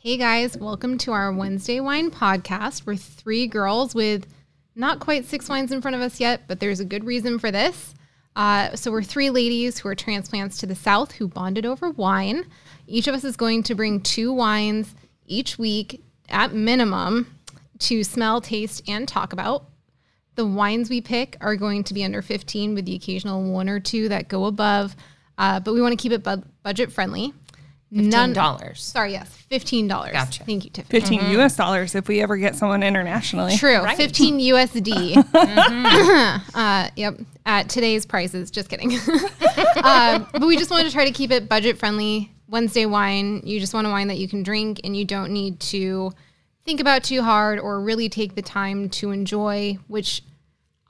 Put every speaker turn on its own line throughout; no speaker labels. Hey guys, welcome to our Wednesday Wine Podcast. We're three girls with not quite six wines in front of us yet, but there's a good reason for this. Uh, so, we're three ladies who are transplants to the South who bonded over wine. Each of us is going to bring two wines each week at minimum to smell, taste, and talk about. The wines we pick are going to be under 15 with the occasional one or two that go above, uh, but we want to keep it bud- budget friendly.
Ten
None,
dollars.
Sorry, yes, fifteen dollars.
Gotcha.
Thank you, Tiffany.
15
Mm-hmm.
US dollars if we ever get someone internationally.
True, fifteen USD. uh, yep, at today's prices. Just kidding. um, but we just wanted to try to keep it budget friendly. Wednesday wine. You just want a wine that you can drink and you don't need to think about too hard or really take the time to enjoy. Which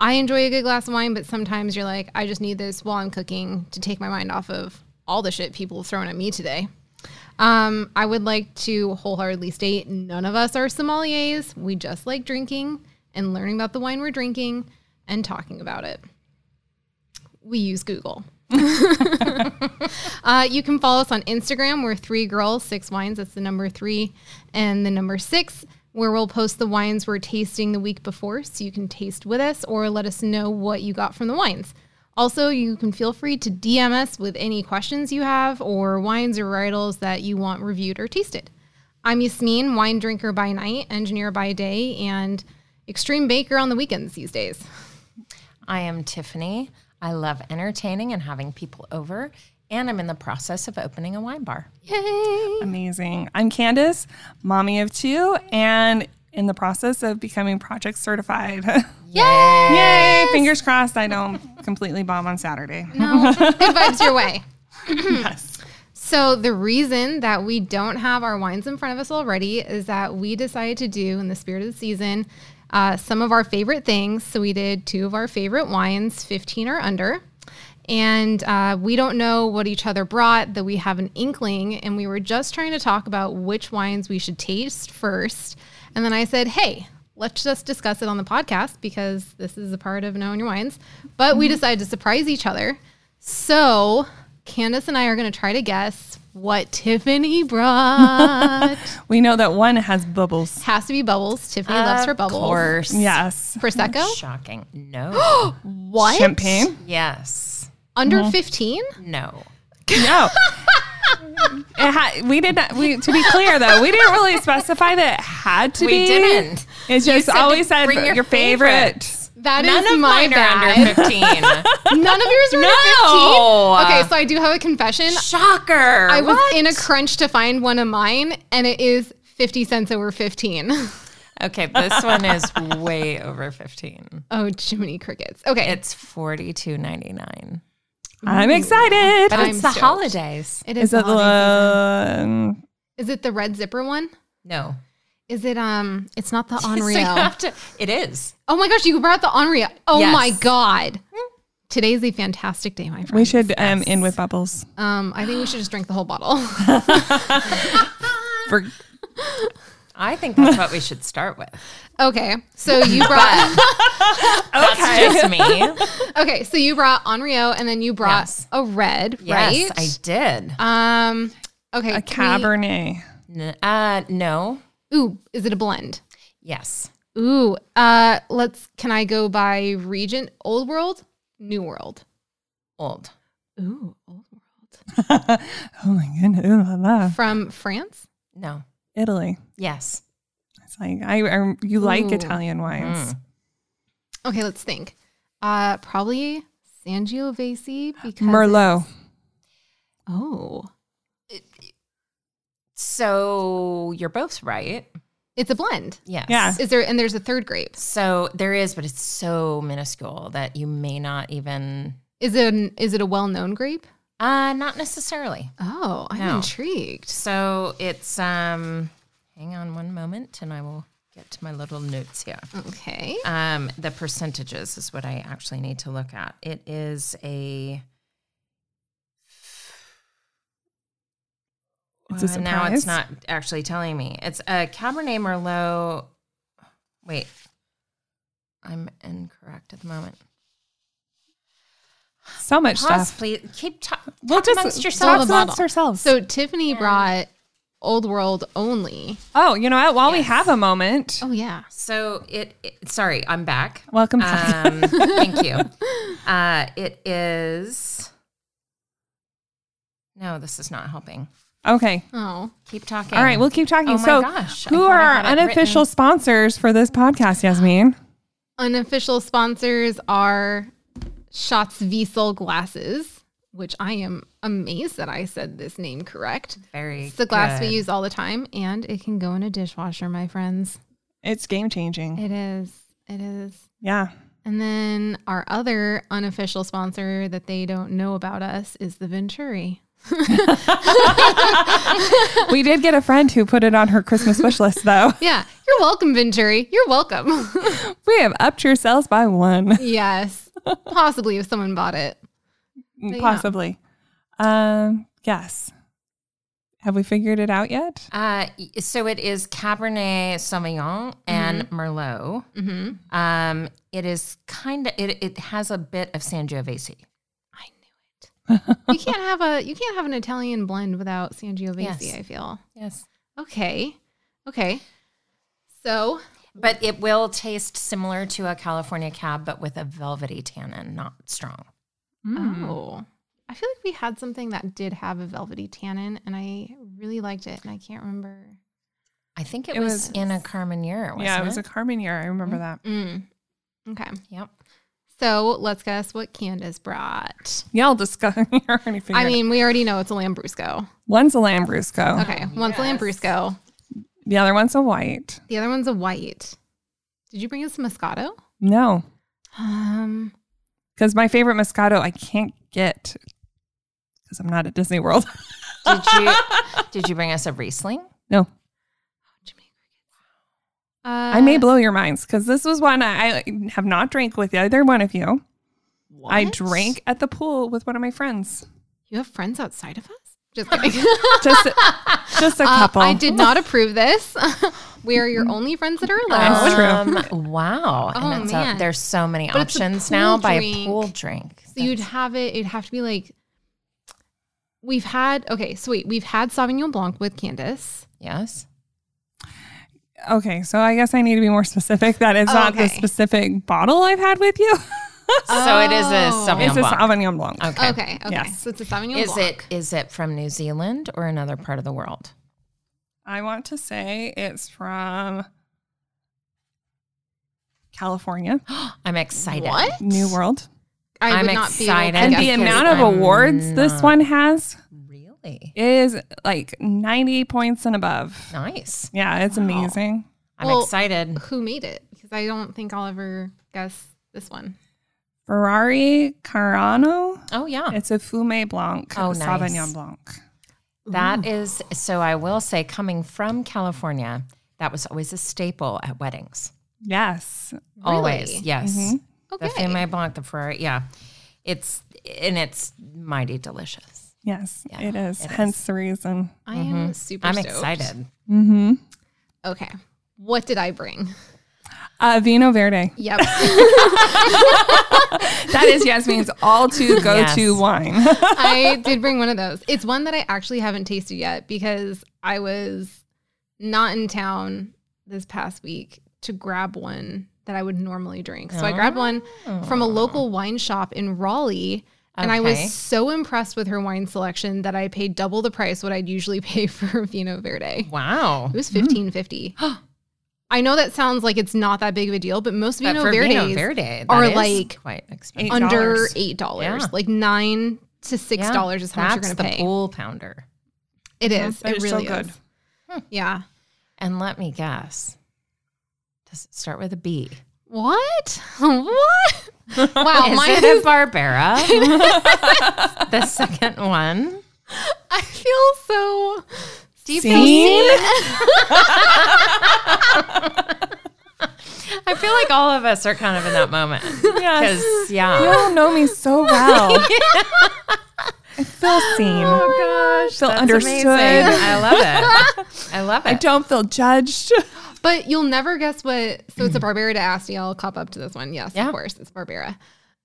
I enjoy a good glass of wine, but sometimes you're like, I just need this while I'm cooking to take my mind off of all the shit people have thrown at me today. Um, I would like to wholeheartedly state none of us are sommeliers. We just like drinking and learning about the wine we're drinking and talking about it. We use Google. uh, you can follow us on Instagram. We're three girls, six wines. That's the number three and the number six, where we'll post the wines we're tasting the week before so you can taste with us or let us know what you got from the wines. Also, you can feel free to DM us with any questions you have or wines or varietals that you want reviewed or tasted. I'm Yasmin, wine drinker by night, engineer by day, and extreme baker on the weekends these days.
I am Tiffany. I love entertaining and having people over, and I'm in the process of opening a wine bar.
Yay!
Amazing. I'm Candace, mommy of two, and in the process of becoming project certified.
Yay!
Yay! Fingers crossed I don't completely bomb on Saturday.
No, good vibes your way.
Hmm.
So the reason that we don't have our wines in front of us already is that we decided to do, in the spirit of the season, uh, some of our favorite things. So we did two of our favorite wines, 15 or under. And uh, we don't know what each other brought, that we have an inkling. And we were just trying to talk about which wines we should taste first. And then I said, hey, let's just discuss it on the podcast because this is a part of knowing your wines. But we decided to surprise each other. So Candace and I are going to try to guess what Tiffany brought.
We know that one has bubbles.
Has to be bubbles. Tiffany loves her bubbles.
Of course.
Yes.
Prosecco.
Shocking. No.
What?
Champagne?
yes. Mm-hmm.
Under 15?
No.
No. It ha- we did not. We to be clear though, we didn't really specify that it had to
We
be.
didn't.
It's just
said to
always said
bring your
your, favorite.
favorites.
That is
None of
my
mine are
bad.
under fifteen.
None of yours are
No.
under 15? Okay, so I do have a confession.
Shocker.
I was
What?
in a crunch to find one of mine, and it is 50 cents over 15.
Okay, this one is way over fifteen.
Oh, Jiminy Crickets. Okay.
It's forty two ninety nine.
I'm excited.
But
I'm
it's the
stoked.
holidays.
it
Is
the
it the
holiday season.
um,
Is it the red zipper one?
No.
Is it um? It's not the
So you
Onreal.
have to, it is.
oh my gosh, you brought the Onreal. Oh
Yes.
my god. Today's a fantastic day, my
We
friend.
should um, end with bubbles.
Uh,
Um, I think we should just drink the whole bottle.
For
I think that's what we should start with.
okay, so you brought
That's just me.
okay, so you brought Onreal, and then you brought
Yes.
a red,
Yes, I
right?
did.
um, okay,
a
can we-
cabernet.
N- uh, no.
ooh, is it a blend?
Yes.
Ooh, uh, let's. Can I go by region? Old World, New World.
Old.
Ooh, Old World
Oh my goodness! Ooh la la!
from France.
No.
Italy.
Yes.
It's like I, I you like
Ooh.
Italian
Mm.
wines.
Okay, let's think. Uh, probably Sangiovese because
Mm. Merlot.
Oh,
So you're both right.
it's a blend.
Yes.
Yeah.
Is there and there's a third grape?
So there is, but it's so minuscule that you may not even.
Is it an, is it a well known grape?
Uh, not necessarily.
Oh, I'm
No.
intrigued.
So it's um. Hang on one moment, and I will get to my little notes here.
Okay,
Um, the percentages is what I actually need to look at. It is a.
It's a
Uh, now it's
surprise?
not actually telling me. It's a Cabernet Merlot. Wait, I'm incorrect at the moment.
So much
Pause,
stuff.
please. Keep ta-
We'll
talk
just
amongst
talk
yourselves.
the bottle.
amongst ourselves.
so Tiffany brought old world only.
Oh, you know what? While we have a moment,
Oh yeah.
So it, it- sorry, I'm back.
welcome back.
Um, thank you. Uh, it is. No, this is not helping.
okay.
Oh.
Keep talking.
All right, we'll keep talking.
Uh, Oh my
so,
gosh, I
who
thought I
are our
had it written.
unofficial sponsors for this podcast, Yasmin?
Unofficial sponsors are Shots Visol glasses, which I am amazed that I said this name correct.
Very.
It's the glass
good.
we use all the time, and it can go in a dishwasher, my friends.
It's game changing.
It is. It is.
Yeah.
And then our other unofficial sponsor that they don't know about us is the Venturi.
we did get a friend who put it on her Christmas wish list, though.
Yeah, you're welcome, Venturi. You're welcome.
We have upped your sales by one,
yes, possibly if someone bought it. yeah.
possibly. Um, yes. Have we figured it out yet?
Uh, y- so it is Cabernet Sauvignon and Merlot.
Mm-hmm.
Um, it is kind of it. It has a bit of Sangiovese.
I knew it. you can't have a you can't have an Italian blend without Sangiovese.
Yes.
I feel
Yes,
okay. Okay, so
but it will taste similar to a California cab, but with a velvety tannin, not strong.
oh, I feel like we had something that did have a velvety tannin, and I really liked it, and I can't remember.
I think it,
It
was,
was-
in a Carmenere. Wasn't
yeah, it was a Carmen year. I remember that.
Mm. Okay,
yep.
so let's guess what Candace brought.
Y'all discuss. you already figured
I mean, we already know it's a Lambrusco.
one's a Lambrusco,
Okay, one's a Lambrusco.
the other one's a white.
The other one's a white. Did you bring us Moscato?
No,
Um,
because my favorite Moscato I can't get because I'm not at Disney World.
Did you did you bring us a Riesling?
no,
Jamaica. Uh,
I may blow your minds because this was one I, I have not drank with either one of you. I
What?
drank at the pool with one of my friends.
You have friends outside of us? Just kidding.
Just, just a
Uh,
couple.
I did not approve this. we are your only friends that are allowed.
true.
true. Um, Wow.
Oh,
and it's
man.
A, there's so many
But it's a
options
pool
now by a
drink.
pool drink.
So you'd have it. It'd have to be like we've had. Okay, sweet. We've had Sauvignon Blanc with Candace.
yes.
okay, so I guess I need to be more specific. That
Oh,
it's not the
Okay.
specific bottle I've had with you.
So it is a
Oh.
Sauvignon
it's a
Blanc.
Sauvignon Blanc.
Okay.
Okay, okay.
Yes.
So it's a Sauvignon
Is
Blanc.
it is it from New Zealand or another part of the world?
I want to say it's from California,
I'm excited.
What?
New World,
I
I'm
would not
excited
be able
guess
and
to
the
guess
because
amount
this.
of
I'm
awards this
not-
one has
Really?
is like 90 points and above.
Nice.
Yeah, it's
Wow.
amazing.
I'm
Well-
excited.
who made it because I don't think I'll ever guess this one.
Ferrari Carano.
Oh yeah.
It's a Fume Blanc,
Oh, nice.
Sauvignon Blanc.
That is so I will say coming from California, that was always a staple at weddings.
Yes.
Always.
Really? Mm-hmm.
Yes. The
Okay.
Femme Blanc, the Ferrari. Yeah. It's and it's mighty delicious.
Yes,
Yeah,
it is.
it
Hence the reason.
I am super
Mm-hmm. I'm
stoked.
excited.
Mm-hmm.
Okay. What did I bring?
Uh, Vino Verde.
Yep.
That is Yasmin's all too go to
Yes.
wine.
I did bring one of those. It's one that I actually haven't tasted yet because I was not in town this past week to grab one that I would normally drink. So I grabbed
Oh.
one from a local wine shop in Raleigh. And I
Okay.
was so impressed with her wine selection that I paid double the price what I'd usually pay for Vino Verde.
Wow.
It was fifteen fifty. I know that sounds like it's not that big of a deal, but most
But
Vino
for
Verdes
Vino Verde that
are
is
like
quite expensive.
Eight
under
dollars.
eight dollars,
Yeah.
like nine to six
Yeah,
dollars is how much you're
that's
going to pay.
the pool pounder.
It is.
but
It
it's so
really
good.
is. Yeah.
And let me guess. Does it start with a B?
What? what? Wow.
Oh, is
Mine
it
is.
a Barbera? the second one.
I feel so. Do you feel
Seen?
I feel like all of us are kind of in that moment.
yes.
Because, yeah.
You all know me so well. I feel seen.
Oh, gosh.
Feel
that's amazing.
understood.
I love it. I love
I
it.
don't feel judged.
But you'll never guess what. So it's a Barbera to Asti. I'll cop up to this one. Yes,
Mm. Yeah.
of course, it's Barbera.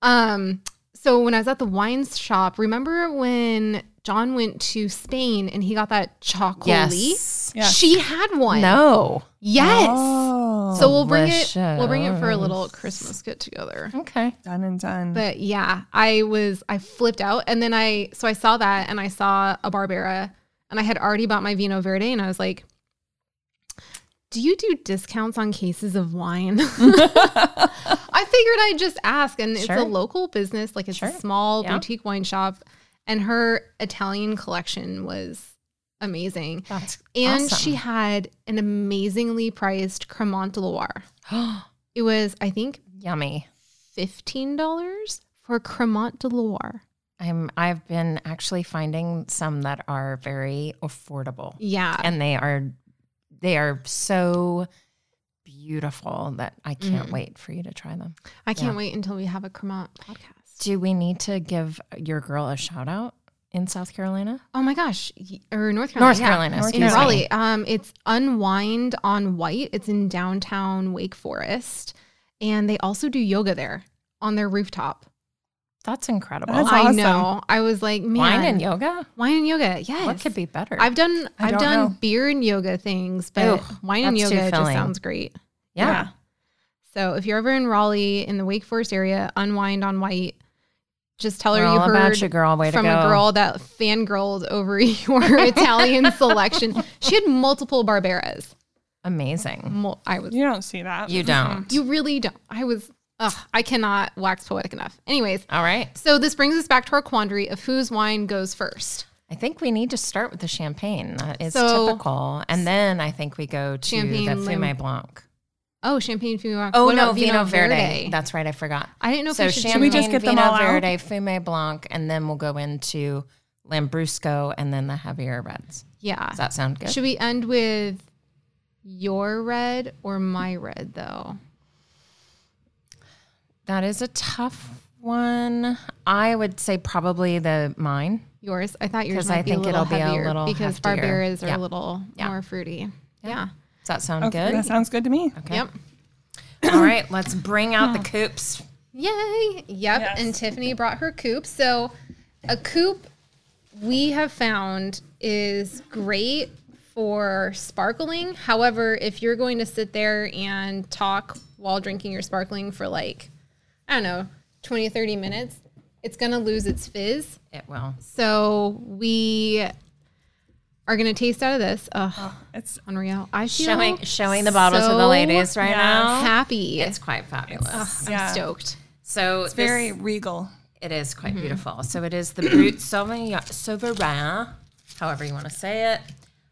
Um, So when I was at the wine shop, remember when John went to Spain and he got that chocolate?
Yes.
Yes.
She had one.
No.
Yes.
Oh,
So we'll bring it. We'll bring it for a little Christmas get together.
Okay.
done and done.
But yeah, I was I flipped out, and then I so I saw that, and I saw a Barbera, and I had already bought my Vino Verde, and I was like, "Do you do discounts on cases of wine?" I figured I'd just ask, and it's
Sure.
a local business, like it's
Sure.
a small
Yeah.
boutique wine shop, and her Italian collection was amazing,
That's
and
awesome.
she had an amazingly priced Cremant de Loire. It was, I think,
Yummy.
fifteen dollars for Cremant de Loire.
I'm. I've been actually finding some that are very affordable,
Yeah,
and they are, they are so beautiful that I can't
Mm.
wait for you to try them.
I can't
yeah.
wait until we have a Cremant podcast.
Do we need to give your girl a shout out in South Carolina?
Oh my gosh, y- or North Carolina,
North
Oh, yeah.
Carolina,
North
in
excuse me.
Raleigh. Um, it's Unwind on White. It's in downtown Wake Forest, and they also do yoga there on their rooftop.
That's incredible.
That's
I
awesome.
know. I was like, man,
Wine and yoga?
wine and yoga. Yes,
What could be better?
I've done
I
I've
don't
done
know.
beer and yoga things, but
Ew,
wine and
that's too
yoga just
filling.
sounds great.
yeah.
yeah.
So if you're ever in Raleigh in the Wake Forest area, unwind on White. Just tell her
We're
you
all
heard
about you, girl. Way to
from
go.
a girl that fangirled over your Italian selection. She had multiple Barberas.
Amazing.
Mul- I was.
You don't see that.
You don't.
Mm-hmm. You really don't. I was. Ugh, I cannot wax poetic enough. Anyways,
All right.
so this brings us back to our quandary of whose wine goes first.
I think we need to start with the champagne. That is
So-
typical. And then I think we go to the
Champagne,
Fumé
lim-
Blanc.
Oh, champagne Fumé.
Oh,
What
no,
about
Vino Verde. That's right. I forgot.
I didn't know if
So
we should
champagne,
do-
we just get them
Vino
all out?
Verde, Fumé Blanc, and then we'll go into Lambrusco and then the heavier reds.
Yeah.
Does that sound good?
Should we end with your red or my red though?
That is a tough one. I would say probably the mine.
Yours. I thought yours
'Cause
might
I
be
think
a little
it'll be a
heavier
little
because
heftier.
barberas are a
Yeah.
little
Yeah.
more fruity. Yeah.
Does that sound
Okay,
good?
That sounds good to me.
Okay.
Yep.
All right, let's bring out the coops.
Yay. Yep. And Tiffany brought her coupe. So a coupe we have found is great for sparkling. However, if you're going to sit there and talk while drinking your sparkling for like, I don't know, 20, 30 minutes, it's going to lose its fizz.
It will.
So we are going to taste out of this. Ugh,
It's
unreal. I feel
Oh. Showing showing the bottle to the
so
ladies right
Yes.
now.
happy.
It's quite fabulous.
yeah.
I'm stoked.
so
It's very Mm-hmm. regal.
it is quite beautiful. So it is the Brut Sauvignon, Sauvignon, however you want to say it.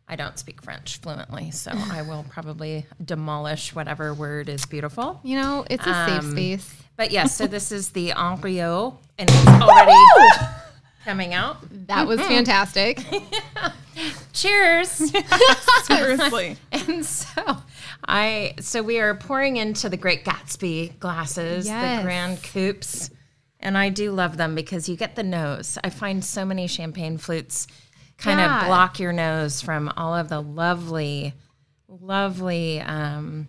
I don't speak French fluently, so I will probably demolish whatever word is beautiful.
You know, it's a safe
Um,
space.
But yes, so this is the Henriot, and it's already coming out.
That was fantastic.
Cheers!
Seriously.
And so I so we are pouring into the Great Gatsby glasses,
Yes.
the Grand Coupes. And I do love them because you get the nose. I find so many champagne flutes kind
Yeah.
of block your nose from all of the lovely, lovely um,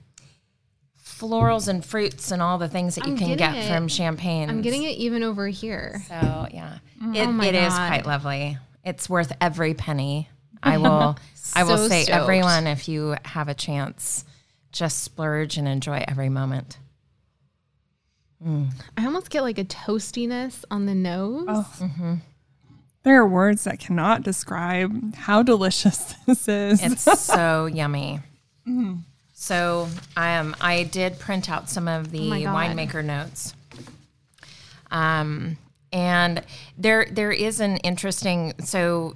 florals and fruits and all the things that you
I'm
can
getting
get
it.
from champagne.
I'm getting it even over here.
So yeah, it,
Mm. Oh my
it is
God.
quite lovely. It's worth every penny. I will. I will
So
say
stoked.
everyone, if you have a chance, just splurge and enjoy every moment.
I almost get like a toastiness on the nose.
Oh.
There are words that cannot describe how delicious this is.
It's so yummy. So um, I did print out some of the
Oh my God.
winemaker notes. Um, and there there is an interesting so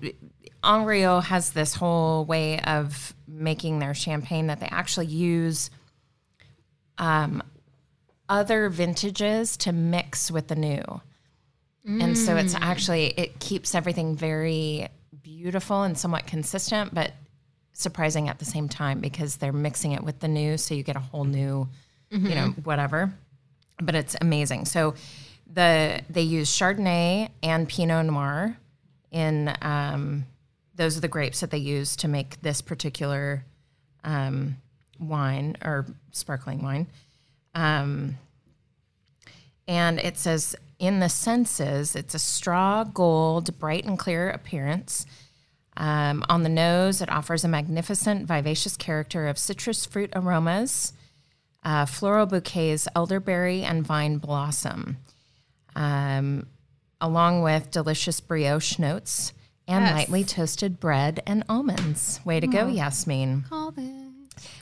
Henriot has this whole way of making their champagne that they actually use um, other vintages to mix with the new. And so
Mm.
it's actually it keeps everything very beautiful and somewhat consistent, but surprising at the same time because they're mixing it with the new, so you get a whole new, you know, whatever. But it's amazing. So the they use Chardonnay and Pinot Noir in um, those are the grapes that they use to make this particular um, wine or sparkling wine. Um, and it says in the senses, it's a straw gold, bright and clear appearance. Um, on the nose, it offers a magnificent, vivacious character of citrus fruit aromas, uh, floral bouquets, elderberry, and vine blossom, um, along with delicious brioche notes and
Yes.
lightly toasted bread and almonds. Way to go, Yasmin
All this.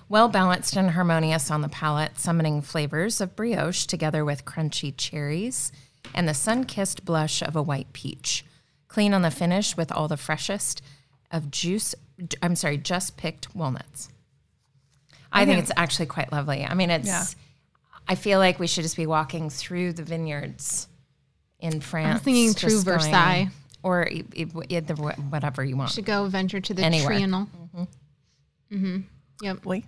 well balanced and harmonious on the palate, summoning flavors of brioche together with crunchy cherries and the sun kissed blush of a white peach. Clean on the finish with all the freshest of juice, I'm sorry, just picked walnuts. I think it's actually quite lovely. I mean, it's,
Yeah.
I feel like we should just be walking through the vineyards in France.
thinking
just
through
going-
Versailles.
or e- e- either wh- whatever you want.
Should go venture to the
Anywhere.
Trienal. Mm-hmm. Yep.
Wait.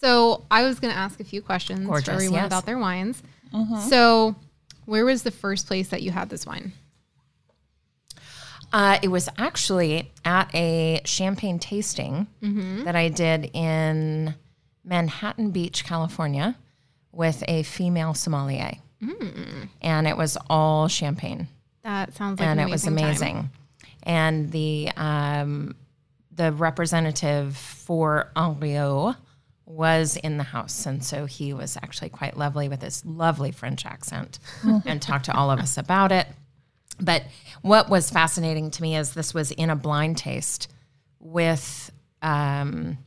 So I was going to ask a few questions
Gorgeous,
for everyone
yes. Mm-hmm.
about their wines. So, where was the first place that you had this wine?
Uh, it was actually at a champagne tasting that I did in Manhattan Beach, California, with a female sommelier, and it was all champagne,
That sounds like
and
an
it was
time.
amazing. And the um, the representative for Henriot was in the house, and so he was actually quite lovely with his lovely French accent,
Mm-hmm.
and talked to all of us about it. But what was fascinating to me is this was in a blind taste with um,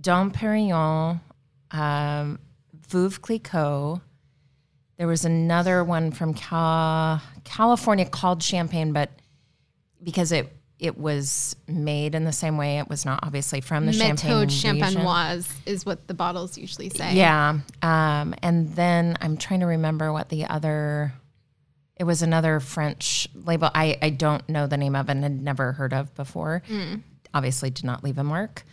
Dom Perignon, um, Veuve Clicquot. There was another one from Ca- California called Champagne, but because it it was made in the same way, it was not obviously from the Champagne
Méthode
region.
champenoise is what the bottles usually say.
Yeah. Um, and then I'm trying to remember what the other. It was another French label. I, I don't know the name of and had never heard of before. Obviously, did not leave a mark.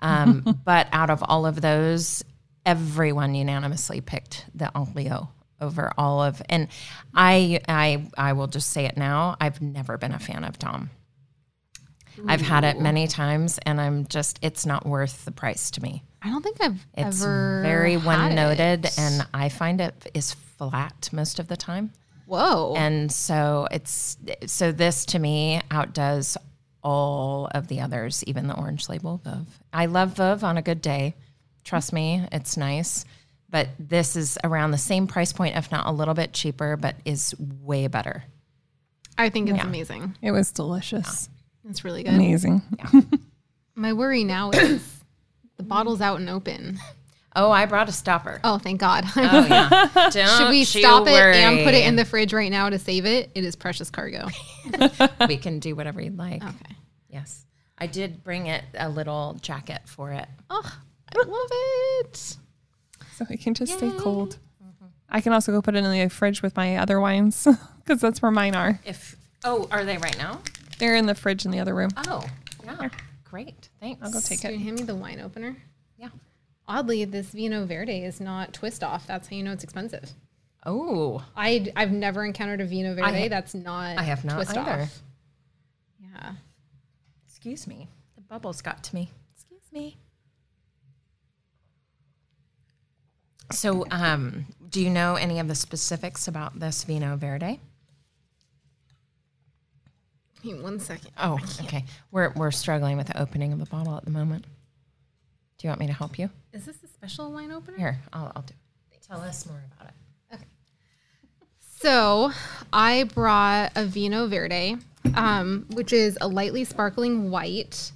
Um, but out of all of those, everyone unanimously picked the Anglio over all of. And I I I will just say it now. I've never been a fan of Dom. I've had it many times, and I'm just it's not worth the price to me.
I don't think I've
It's
ever
very
had
one noted,
it.
and I find it is flat most of the time.
Whoa.
And so it's so this to me outdoes all of the others, even the orange label Vove. I love Vove on a good day. Trust me, it's nice. But this is around the same price point, if not a little bit cheaper, but is way better.
I think it's amazing.
It was delicious.
It's really good.
Amazing.
My worry now is the bottle's out and open.
Oh, I brought a stopper.
Oh, thank God.
Oh yeah. Don't
Should we
you
stop it and
worry.
put it in the fridge right now to save it? It is precious cargo.
we can do whatever you'd like.
Okay.
Yes. I did bring it a little jacket for it.
Oh, I love it.
So it can just stay cold. I can also go put it in the fridge with my other wines because that's where mine are.
If oh, are they right now?
They're in the fridge in the other room.
Oh, yeah. Great. Thanks.
I'll go take
Can
it.
you hand me the wine opener?
Yeah.
Oddly, this Vino Verde is not twist off. That's how you know it's expensive.
Oh.
I I've never encountered a Vino Verde that's not.
I have not
twist
either.
off. Yeah.
Excuse me. The bubbles got to me. Excuse me. So, um, do you know any of the specifics about this Vino Verde?
Give me one second.
Oh, okay. We're we're struggling with the opening of the bottle at the moment. Do you want me to help you?
Is this a special wine opener?
Here, I'll, I'll do. it. Tell us more about it.
So I brought a Vino Verde, um, which is a lightly sparkling white.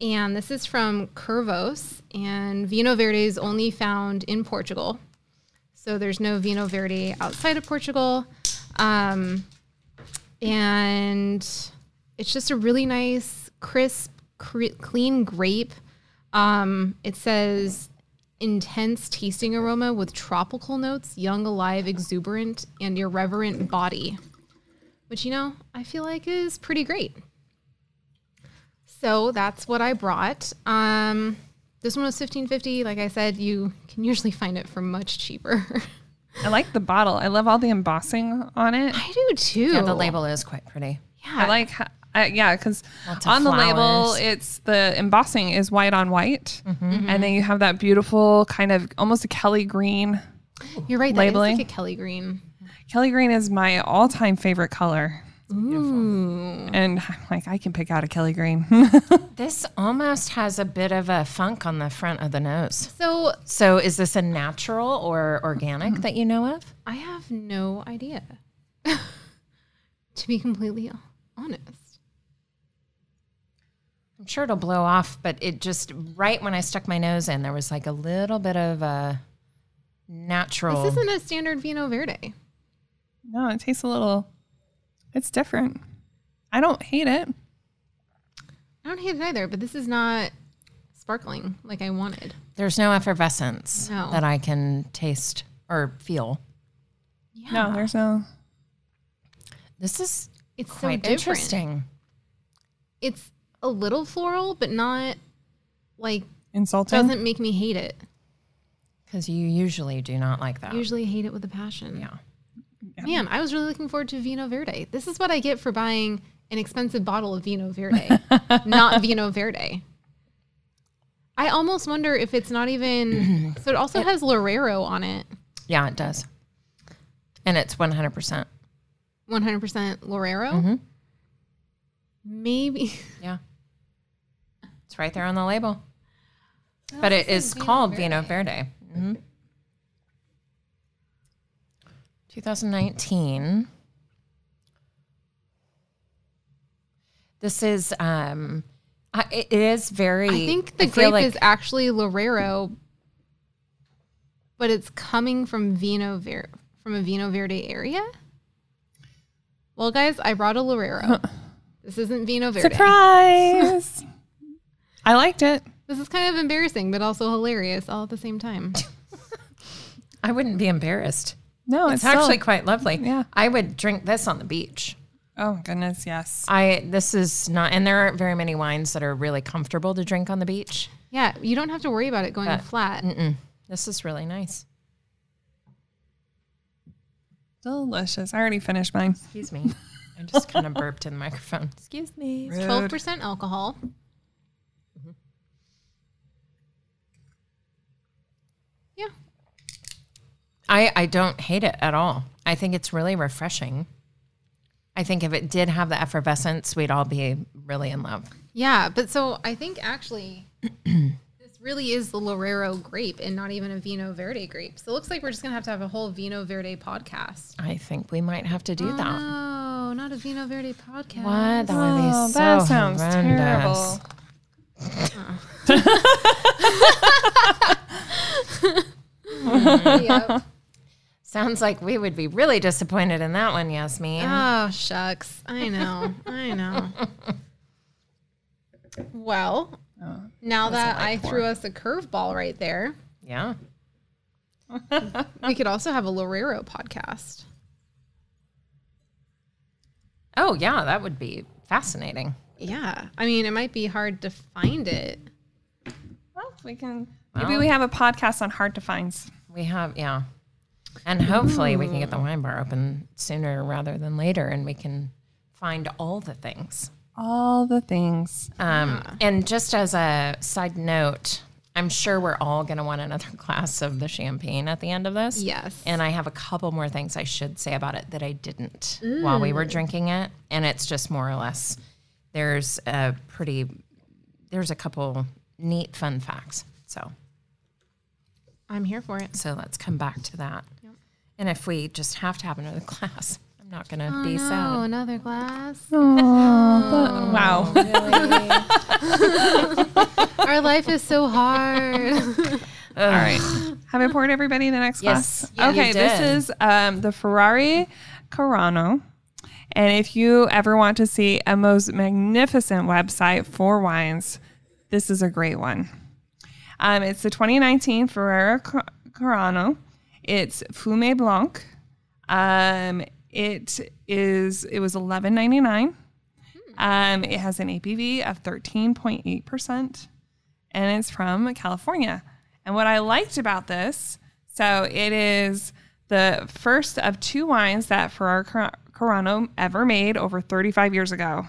And this is from Curvos. And Vino Verde is only found in Portugal. So there's no Vino Verde outside of Portugal. Um, and it's just a really nice, crisp, cre- clean grape. Um, it says intense tasting aroma with tropical notes, young, alive, exuberant, and irreverent body, which, you know, I feel like is pretty great. So that's what I brought. Um, this one was fifteen fifty. Like I said, you can usually find it for much cheaper.
I like the bottle. I love all the embossing on it.
I do too.
Yeah, the label is quite pretty.
I like, ho- I, yeah, because
Lots of
on the label,
flowers. Mm-hmm.
it's the embossing is white on white, and then you have that beautiful kind of almost a Kelly green.
You're right. That is
labeling.
like a Kelly green.
Kelly green is my all-time favorite color,
Ooh.
and I'm like I can pick out a Kelly green.
This almost has a bit of a funk on the front of the nose.
So
So is this a natural or organic that you know of?
I have no idea. to be completely honest.
I'm sure it'll blow off, but it just right when I stuck my nose in, there was like a little bit of a natural.
This isn't a standard Vino Verde.
no, it tastes a little. It's different. I don't hate it.
I don't hate it either, but this is not sparkling like I wanted.
there's no effervescence
No.
that I can taste or feel.
Yeah.
No, there's no.
This is
it's so
quite
different.
interesting.
It's a little floral, but not like
Insulting.
doesn't make me hate it.
Because you usually do not like that.
Usually hate it with a passion.
Oh. Yeah.
Man, I was really looking forward to Vino Verde. This is what I get for buying an expensive bottle of Vino Verde, not Vino Verde. I almost wonder if it's not even. so it also has Lorero on it.
Yeah, it does. And it's 100%.
100% Lorero. Maybe.
Yeah. It's right there on the label. but it is called Vino Verde. Mhm. 2019. This is um I, it is very
I think the
I feel
grape
like-
is actually Lorero, but it's coming from Vino Ver- from a Vino Verde area. Well, guys, I brought a Lorero. this isn't Vino Verde.
Surprise! I liked it.
This is kind of embarrassing, but also hilarious all at the same time.
I wouldn't be embarrassed.
No,
It's, actually quite lovely.
Yeah.
I would drink this on the beach.
Oh my goodness, yes.
I this is not and there aren't very many wines that are really comfortable to drink on the beach.
yeah, you don't have to worry about it going
But-
flat.
Mm-mm. This is really nice.
Delicious. I already finished mine.
Excuse me. I just kind of burped in the microphone. Excuse me.
Twelve percent alcohol. Yeah,
I, I don't hate it at all. I think it's really refreshing. I think if it did have the effervescence, we'd all be really in love.
yeah, but so I think actually this really is the Lorero grape and not even a Vino Verde grape. So it looks like we're just gonna have to have a whole Vino Verde podcast.
I think we might have to do that.
No, not a Vino Verde podcast.
What? That would be
Ah, Oh,
so
that sounds
horrendous.
terrible.
Yep.
Sounds like we would be really disappointed in that one, Yasmin.
Ah.
Oh, shucks. I know. I know. Well, now that I threw us a curveball right there,
yeah.
we could also have a Lorero podcast.
Oh, yeah. That would be fascinating.
Yeah. I mean, it might be hard to find it.
Well, we can. Maybe we have a podcast on hard to finds.
We have, yeah. And hopefully we can get the wine bar open sooner rather than later and we can find all the things.
All the things.
Um, And just as a side note, I'm sure we're all going to want another glass of the champagne at the end of this.
Yes.
And I have a couple more things I should say about it that I didn't while we were drinking it. And it's just more or less there's a pretty, there's a couple neat fun facts. So,
I'm here for it.
so let's come back to that. And if we just have to have another glass, I'm not going to be
Oh,
sad.
another glass.
wow.
Our life is so hard.
All right.
Have I poured everybody the next
Yes.
glass?
Yeah, you
okay,
did.
this is um, the Ferrari Carano. And if you ever want to see a most magnificent website for wines, this is a great one. Um, it's the 2019 Ferrari Car- Carano. It's Fume Blanc. Um, it is. It was 11.99.
Hmm.
Um, it has an APV of 13.8 percent and it's from California. And what I liked about this, so it is the first of two wines that Ferrar Car- Carano ever made over 35 years ago.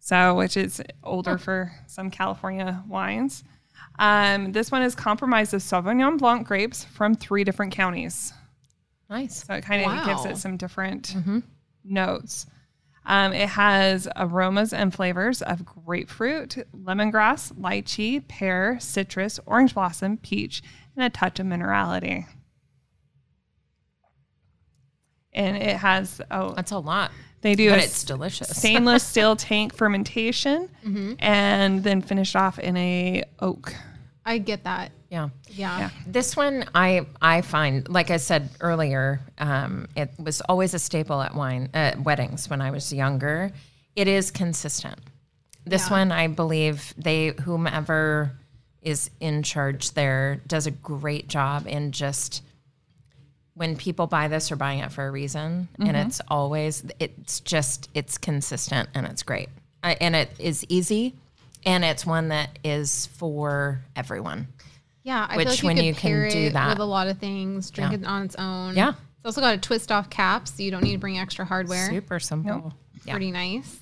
So, which is older for some California wines. Um, this one is compromised of Sauvignon Blanc grapes from three different counties.
Nice.
So it kind of gives
Wow.
it some different
Mm-hmm.
notes. Um, it has aromas and flavors of grapefruit, lemongrass, lychee, pear, citrus, orange blossom, peach, and a touch of minerality. And it has, oh,
That's a lot.
they do
but
a
it's delicious.
stainless steel tank fermentation
Mm-hmm.
and then finished off in a oak.
I get that.
Yeah.
Yeah.
Yeah.
This one I I find like I said earlier, um, it was always a staple at wine at weddings when I was younger. It is consistent. This
Yeah.
one I believe they whomever is in charge there does a great job in just when people buy this are buying it for a reason and it's always it's just it's consistent and it's great I, and it is easy and it's one that is for everyone
Yeah, I
Which
feel like you
when
could
you can
pair
do
it
that.
with a lot of things, drink
Yeah.
it on its own.
Yeah.
It's also got a twist off cap, so you don't need to bring extra hardware.
Super simple. Yeah.
Pretty nice.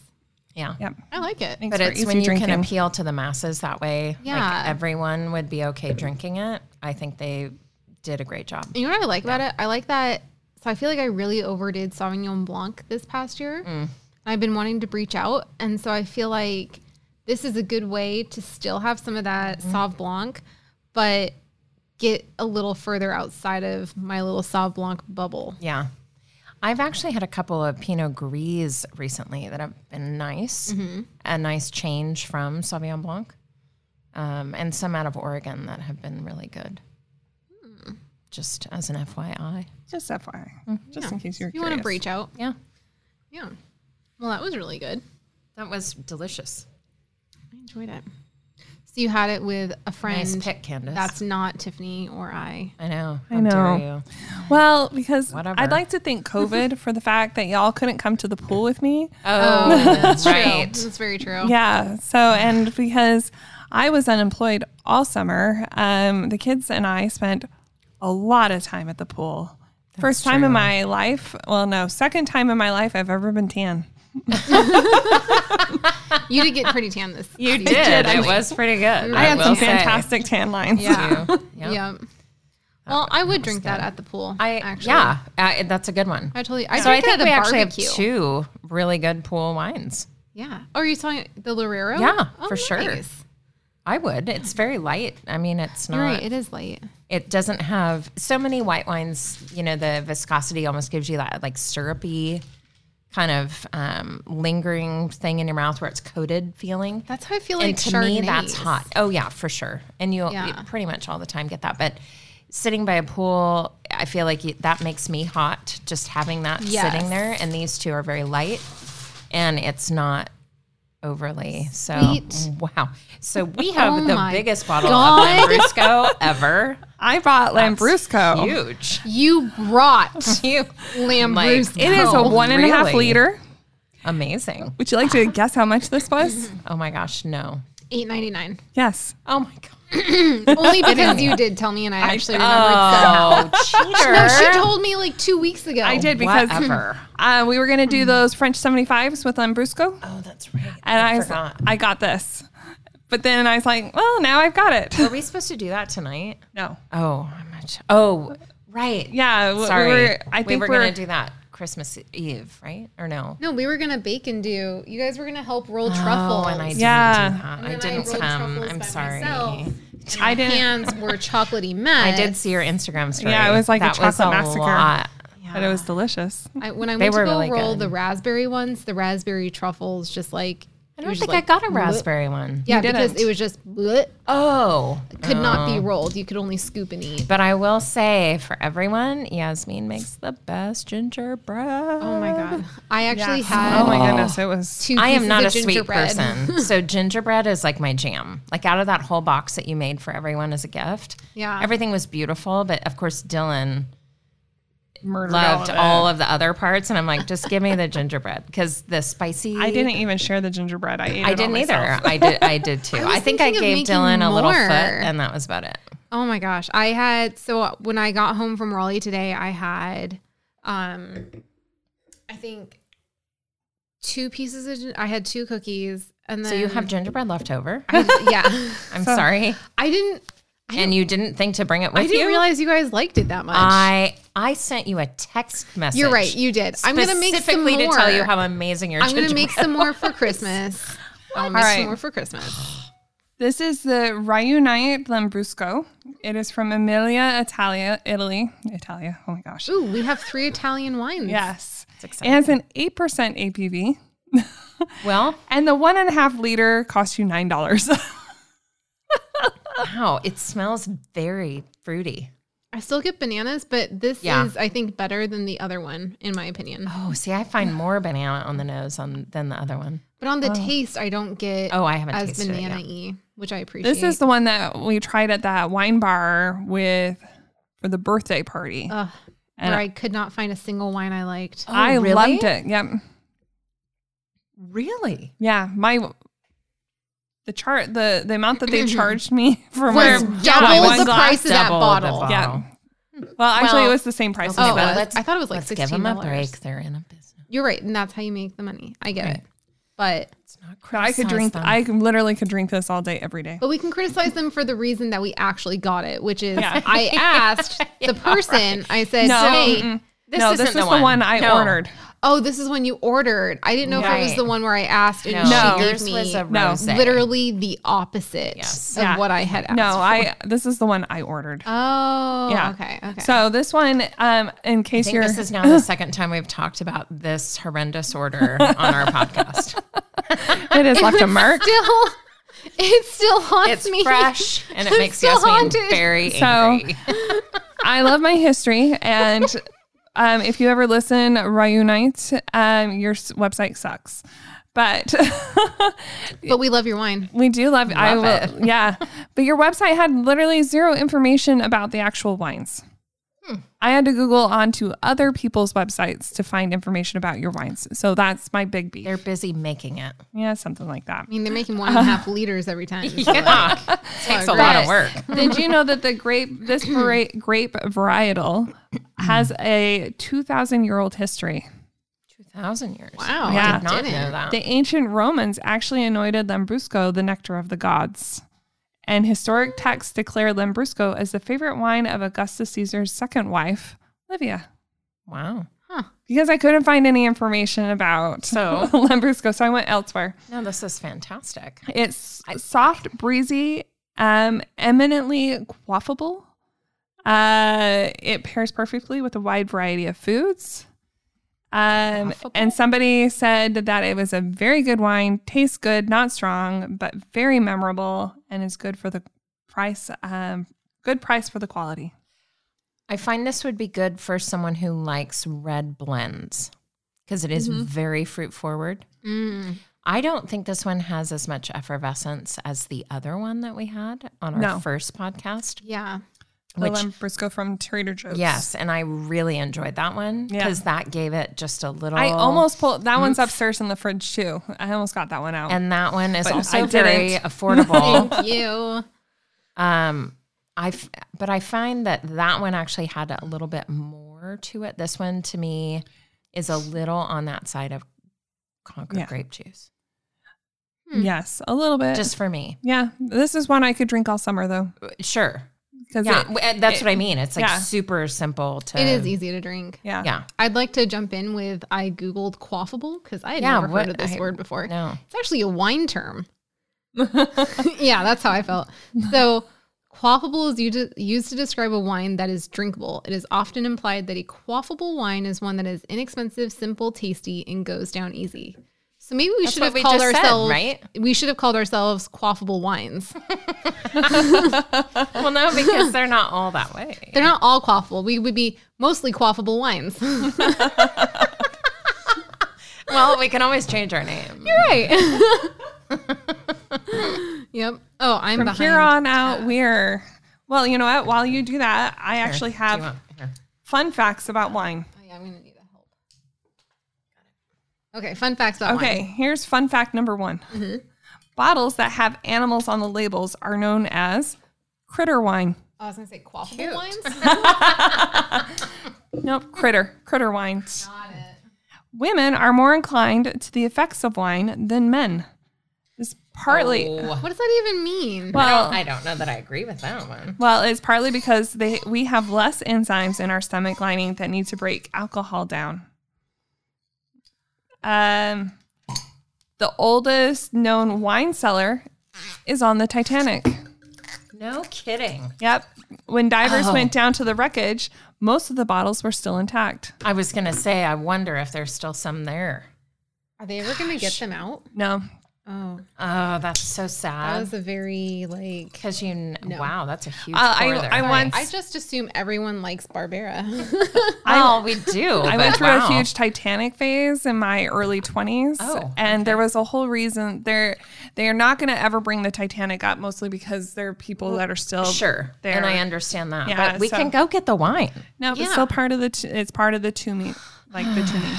yeah.
Yep.
I like it.
But
for
it's when you
easy
can appeal to the masses that way.
Yeah.
Like everyone would be okay drinking it. I think they did a great job.
You know what I like about it? I like that. So I feel like I really overdid Sauvignon Blanc this past year.
Mm.
I've been wanting to breach out, and so I feel like this is a good way to still have some of that
Mm-hmm.
Sauv Blanc, but get a little further outside of my little Sauv Blanc bubble.
Yeah. I've actually had a couple of Pinot Gris recently that have been nice,
Mm-hmm.
a nice change from Sauvignon Blanc, um, and some out of Oregon that have been really good.
Hmm.
Just as an FYI.
Just FYI,
Mm-hmm.
just in case you're
You
curious.
want to breach out?
Yeah.
Yeah. Well, that was really good.
That was delicious.
I enjoyed it. So you had it with a friend.
Nice pick, Candace.
That's not Tiffany or I.
I know.
I
How dare
know.
you.
Well, because
Whatever.
I'd like to thank COVID for the fact that y'all couldn't come to the pool with me.
Oh, that's right.
True. That's very true.
Yeah. So, and because I was unemployed all summer, um, the kids and I spent a lot of time at the pool. First time in my life. Well, no, second time in my life I've ever been tan.
You did get pretty tan this.
You
season.
did. It was pretty good.
I had
will
some
say.
fantastic tan lines.
Yeah.
You-
Yeah.
Yeah.
Well, I would drink that at the pool.
I
actually.
yeah, I, that's a good one.
I totally. I
So I
drank
think
it
we
at a
actually have
barbecue.
two really good pool wines.
Yeah. Oh, are you telling the Lorero?
Yeah,
Oh,
for sure.
nice.
I would. It's very light. I mean, it's not.
You're right. It is late.
It doesn't have so many white wines. You know, the viscosity almost gives you that like syrupy kind of um, lingering thing in your mouth where it's coated feeling.
That's how I feel like
and to me that's
Chardonnays.
hot oh yeah for sure and you'll
Yeah.
you pretty much all the time get that but sitting by a pool i feel like you, that makes me hot just having that
Yes.
sitting there and these two are very light and it's not overly so
Sweet.
wow so we have
Oh
the
my
biggest bottle
God.
of lambrusco ever
I bought Lambrusco.
huge
You brought
you
Lambrusco.
It is a one and a half
really?
liter.
amazing
Would you like to guess how much this was?
oh my gosh no
eight ninety nine.
yes.
oh my god
Only because you did tell me, and I actually remembered.
oh cheater
No, she told me like two weeks ago.
I did because
Whatever.
uh, we were going to do those French 75s with Lambrusco.
oh that's right
And I, was-
forgot
I got this. But then I was like, well, now I've got it.
Are we supposed to do that tonight?
No.
Oh, I'm not sure. Oh, right.
Yeah. w-
Sorry.
We were, I
we
think
were
we are
going to do that Christmas Eve, right? Or no?
No, we were gonna bake and do. You guys were gonna help roll truffle.
Oh, and I didn't
Yeah.
do that. I
then I
didn't
rolled
come.
truffles
I'm
by
sorry.
myself.
I didn't.
hands were chocolatey mess.
I did see your Instagram story.
Yeah, it was like a
That was
chocolate massacre.
lot.
But it was delicious.
I, when I
They
went to
were
go
really
roll
good.
the raspberry ones, the raspberry truffles just like
I don't think I got a raspberry one.
yeah because
didn't.
it was just bleh,
Oh.
could not be rolled. You could only scoop and eat.
But I will say for everyone, Yasmin makes the best gingerbread.
Oh my god! I actually
Yes.
had
oh my goodness. It was.
two.
I am
pieces
not a
of
sweet
gingerbread.
person. so gingerbread is like my jam. Like out of that whole box that you made for everyone as a gift.
Yeah.
Everything was beautiful, but of course Dylan
Murdered
loved
of it.
all of the other parts and I'm like just give me the gingerbread cuz the spicy
I didn't even share the gingerbread. I ate
I
it all
didn't either.
myself.
I did I did too. I,
was
think I
thinking of
gave
making
Dylan a little foot
more.
and that was about it.
Oh my gosh. I had so when I got home from Raleigh today, I had um I think two pieces of gin- I had two cookies and then
So you have gingerbread left over?
I- yeah.
I'm Um, sorry.
I didn't
and you didn't think to bring it with
I didn't
you.
realize you guys liked it that much.
I I sent you a text message.
You're right. You did. I'm gonna make some
specifically
more.
to tell you how amazing your.
I'm gonna
gingerbread
make some more for Christmas. I'll make
right.
some more for Christmas.
This is the Riunite Lambrusco. It is from Emilia, Italia, Italy. Italia. Oh my gosh.
Ooh, we have three Italian wines.
Yes.
It's
It
exciting.
has an 8% APV.
well,
And the one and a half liter costs you $9.
wow, it smells very fruity.
I still get bananas, but this
Yeah.
is, I think, better than the other one, in my opinion.
Oh, see, I find more banana on the nose on than the other one.
But on the taste, I don't get
Oh, I haven't
as
tasted
banana
it yet.
y, which I appreciate.
this is the one that we tried at that wine bar with for the birthday party.
Ugh,
And
where I could not find a single wine I liked.
Oh,
I
really?
loved it. Yep.
Really?
Yeah. My the chart the the amount that they charged me for
Was
my
double
my
the
wine glass-
price of that
Double
bottle.
The
Yeah. Well, actually it was the same price
Okay,
as
Oh,
the
well,
best.
I thought it was like
let's give them a
$16.
break. They're in a business.
You're right, and that's how you make the money. I get
Right.
it, but
It's not
But I could
criticize
drink.
them.
I could- literally could drink this all day, every day.
but we can criticize them for the reason that we actually got it, which is
Yeah.
I asked the person. I said,
No,
"Hey,
mm-mm.
this
no,
isn't
this is
the
the
one.
one, I
No.
ordered.
oh, this is when you ordered." I didn't know if it was
Right.
the one where I asked, and
no,
she gave
yours
me
was a
No.
rose.
literally the opposite
Yes.
of
Yeah.
what I had asked.
No, I. This is the one I ordered.
Oh,
Yeah.
okay, okay.
So this one, um, in
I
case
think
you're,
this is now the second time we've talked about this horrendous order on our podcast.
it has left a mark.
still, it still haunts
It's
me.
fresh and it
I'm
makes
still
Yasmin
haunted.
very
So-
angry.
I love my history, and um, if you ever listen, reunite. Um, your s- website sucks, but
But we love your wine.
we do love. I
Love
will, yeah. But your website had literally zero information about the actual wines. I had to Google onto other people's websites to find information about your wines. So that's my big beef.
They're busy making it.
Yeah, something like that.
I mean, they're making one and a half liters every time. so
Uh-huh. Yeah. Takes a
great.
lot of work.
Did you know that the grape, this vari- grape varietal, has a 2,000 year old history?
2,000 years.
Wow,
Yeah.
I did not know
Didn't.
that.
The ancient Romans actually anointed Lambrusco the nectar of the gods. And historic texts declare Lambrusco as the favorite wine of Augustus Caesar's second wife, Livia.
wow.
Because I couldn't find any information about
So?
Lambrusco, so I went elsewhere.
No, this is fantastic.
It's soft, breezy, um, eminently quaffable. Uh, it pairs perfectly with a wide variety of foods. Um, and somebody said that it was a very good wine, tastes good, not strong, but very memorable, and is good for the price. Um, good price for the quality.
I find this would be good for someone who likes red blends because it
Mm-hmm.
is very fruit forward.
Mm.
I don't think this one has as much effervescence as the other one that we had on our
No.
first podcast.
Yeah.
The
Which-
Lambrusco from Trader Joe's.
Yes, and I really enjoyed that one
Yeah.
because that gave it just a little.
I almost pulled that one's upstairs in the fridge too. I almost got that one out.
Mm-hmm. and that one is
But
also
I
very
didn't.
affordable.
Thank you.
um, I f- but I find that that one actually had a little bit more to it. This one to me is a little on that side of Concord
Yeah.
grape juice,
yes, a little
Uh,
bit.
just for me.
Yeah, this is one I could drink all summer though,
Sure,
because
yeah,
yeah,
w- and that's
it-
what I mean. It's like
yeah.
super simple to.
It is easy to drink.
yeah,
Yeah,
I'd like to jump in with I Googled quaffable because I had
Yeah,
never
what-
heard of this
I-
word before.
no,
It's actually a wine term. yeah, that's how I felt. So, quaffable is u- used to describe a wine that is drinkable. It is often implied that a quaffable wine is one that is inexpensive, simple, tasty, and goes down easy. So maybe we
That's
should
what
have
we
called
just said,
ourselves
right?
We should have called ourselves quaffable wines.
well, no, because they're not all that way.
They're not all quaffable. We would be mostly quaffable wines.
Well, we can always change our name.
right. yep. Oh, I'm
From
behind.
here on
uh,
out, we're well. You know what? While you do that, I actually
Do you
have
want- here.
fun facts about wine.
Oh, yeah, I'm gonna need the help. Got it. Okay, fun facts about
Okay,
wine.
here's fun fact number one:
Mm-hmm.
bottles that have animals on the labels are known as critter wine.
Oh, I was gonna say quaffable wines.
Nope, critter, critter wine.
Got it.
Women are more inclined to the effects of wine than men. This partly.
Oh.
What does that even mean?
Well,
I don't know that I agree with that one.
Well, it's partly because they we have less enzymes in our stomach lining that need to break alcohol down. Um, the oldest known wine cellar is on the Titanic.
No kidding.
Yep. When divers
Oh.
went down to the wreckage, most of the bottles were still intact.
I was going to say, I wonder if there's still some there.
Are they ever going to get them out?
No,
Oh,
Oh, that's so
Um,
that
sad.
was a very like.
Because you, kn- wow, that's a huge.
Uh, I-
pour there.
I want-
I just assume everyone likes Barbera.
Well, we do.
I
but
went through
wow.
a huge Titanic phase in my early 20s.
Oh,
and there was a whole reason they're they're not going to ever bring the Titanic up mostly because there are people that are still
Sure,
there.
and I understand that.
Yeah,
but we
so-
can go get the wine. Okay,
No, but
Yeah.
still part of the t- it's part of the Toomey, like the Toomey.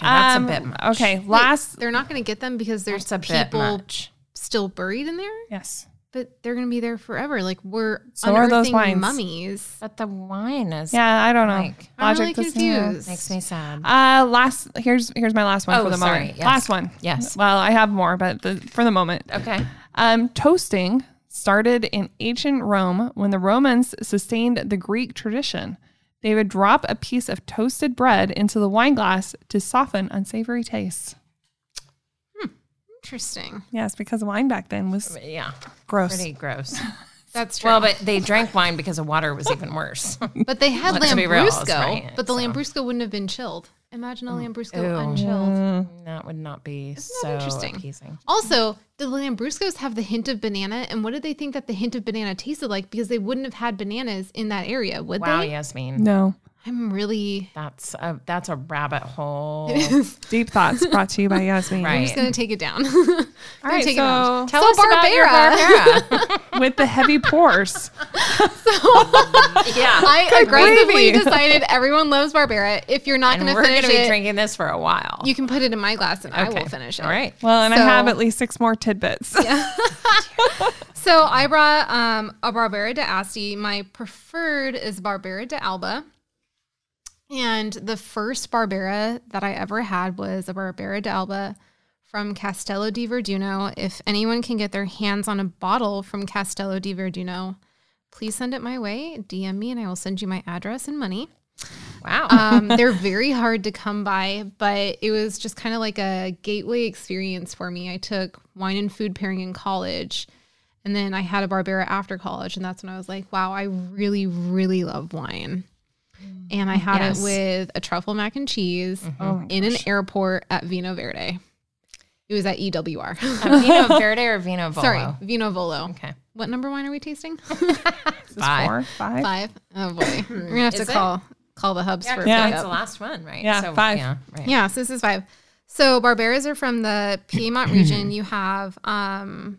that's
Um,
a bit much.
Okay, last
they're not going to get them because there's
That's a bit
people
much.
still buried in there,
yes.
but they're going to be there forever. Like we're
So are those
unearthing
wines.
mummies.
But the wine is
Yeah, I don't know.
Like,
I'm really
doesn't- yeah.
confused.
makes me sad.
Uh, last here's here's my last one
Oh,
for the
sorry,
moment.
yes.
Last one.
Yes.
Well, I have more, but the, for the moment,
okay,
Um, toasting started in ancient Rome when the Romans sustained the Greek tradition. They would drop a piece of toasted bread into the wineglass to soften unsavory tastes.
Interesting.
Yes, because wine back then was
yeah,
gross.
pretty gross.
That's true.
well, but they drank wine because the water was even worse.
But they had
Let's be real, it's
Lambrusco,
right,
but the
so.
Lambrusco wouldn't have been chilled. Imagine a Lambrusco
Mm. Ew.
unchilled.
Mm-hmm.
that would not be so
that interesting?
appeasing.
Also, did the Lambruscos have the hint of banana? And what did they think that the hint of banana tasted like? Because they wouldn't have had bananas in that area, would
Wow,
they?
Yasmin,
No.
I'm really
that's a that's a rabbit hole.
Deep thoughts brought to you by Yasmin.
right.
just gonna take it down. All
right,
take
so-
it down.
Tell
so
us about your Barbera.
With the heavy pores.
yeah,
I aggressively
gravy.
decided everyone loves Barbera. If you're not
and
gonna
we're going
finish
to be
it,
drinking this for a while.
you can put it in my glass and I will
Okay.
finish it.
All right.
Well, and I have
So-
at least six more tidbits.
So I brought um, a Barbera de Asti. My preferred is Barbera de Alba. And the first Barbera that I ever had was a Barbera de Alba from Castello di Verduno. If anyone can get their hands on a bottle from Castello di Verduno, please send it my way. DM me and I will send you my address and money.
Wow.
Um, they're very hard to come by, but it was just kind of like a gateway experience for me. I took wine and food pairing in college, and then I had a Barbera after college, and that's when I was like, wow, I really, really love wine. And I had
Yes. Mm-hmm.
it with a truffle mac and cheese in an airport at Vino Verde. It was at EWR.
A Vino Verde or Vino Volo?
Sorry, Vino Volo.
Oh, Okay.
What number wine are we tasting?
This is
Five.
Four, five.
Five. Oh boy, we're gonna have
Is
to
it?
call call the hubs for
Yeah.
It's
pickup.
the last one, right?
Yeah, five.
Yeah, right.
Yeah, so this is five. So Barberas are from the Piedmont region. You have um,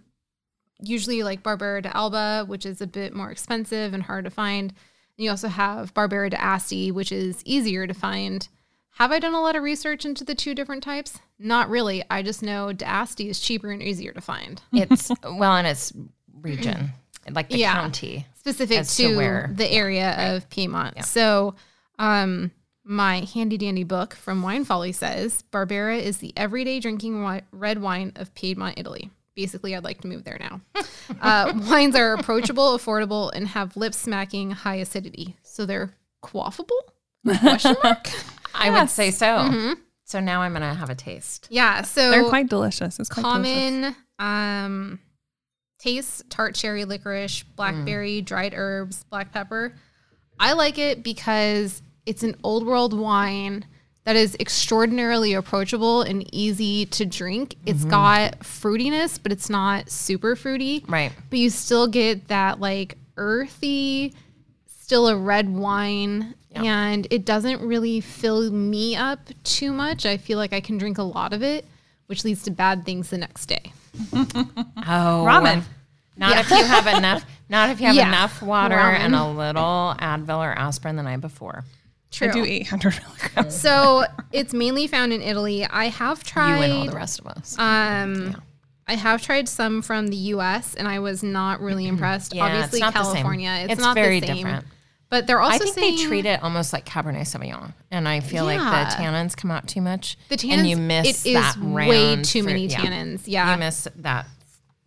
usually like Barbera de Alba, which is a bit more expensive and hard to find. And you also have Barbera de Asti, which is easier to find. Have I done a lot of research into the two different types? Not really. I just know de Asti is cheaper and easier to find,
It's well, and it's region, like the
Yeah.
county.
specific
As to
to,
where-
the area of Piedmont. So um, my handy dandy book from Wine Folly says Barbera is the everyday drinking wi- red wine of Piedmont, Italy. Basically, I'd like to move there now. uh, wines are approachable, affordable, and have lip smacking high acidity. So they're quaffable? Question mark?
I would say so. So now I'm gonna have a taste.
yeah. So
They're quite delicious. It's quite delicious.
common um, tastes tart cherry licorice blackberry dried herbs black pepper i like it because it's an old world wine that is extraordinarily approachable and easy to drink It's got fruitiness but it's not super fruity
Right.
but you still get that like earthy still a red wine and it doesn't really fill me up too much i feel like i can drink a lot of it which leads to bad things the next day
Oh,
Ramen.
Not if you have enough. Not if you have
Yeah.
enough water
Ramen.
and a little Advil or aspirin the night before.
true
I do 800 milligrams.
so it's mainly found in italy i have
You
tried
and all the rest of us.
um I have tried some from the U.S. and I was not really impressed.
Mm-hmm. Yeah, it's
Obviously,
not the same.
California, it's,
It's
not
very
the same.
different.
But they're also
I think
saying
they treat it almost like Cabernet Sauvignon, and I feel like
Yeah.
the tannins come out too much.
the tannins.
and you miss
it is
that
way
round
too
fruit-
many
yeah.
tannins. Yeah,
You miss that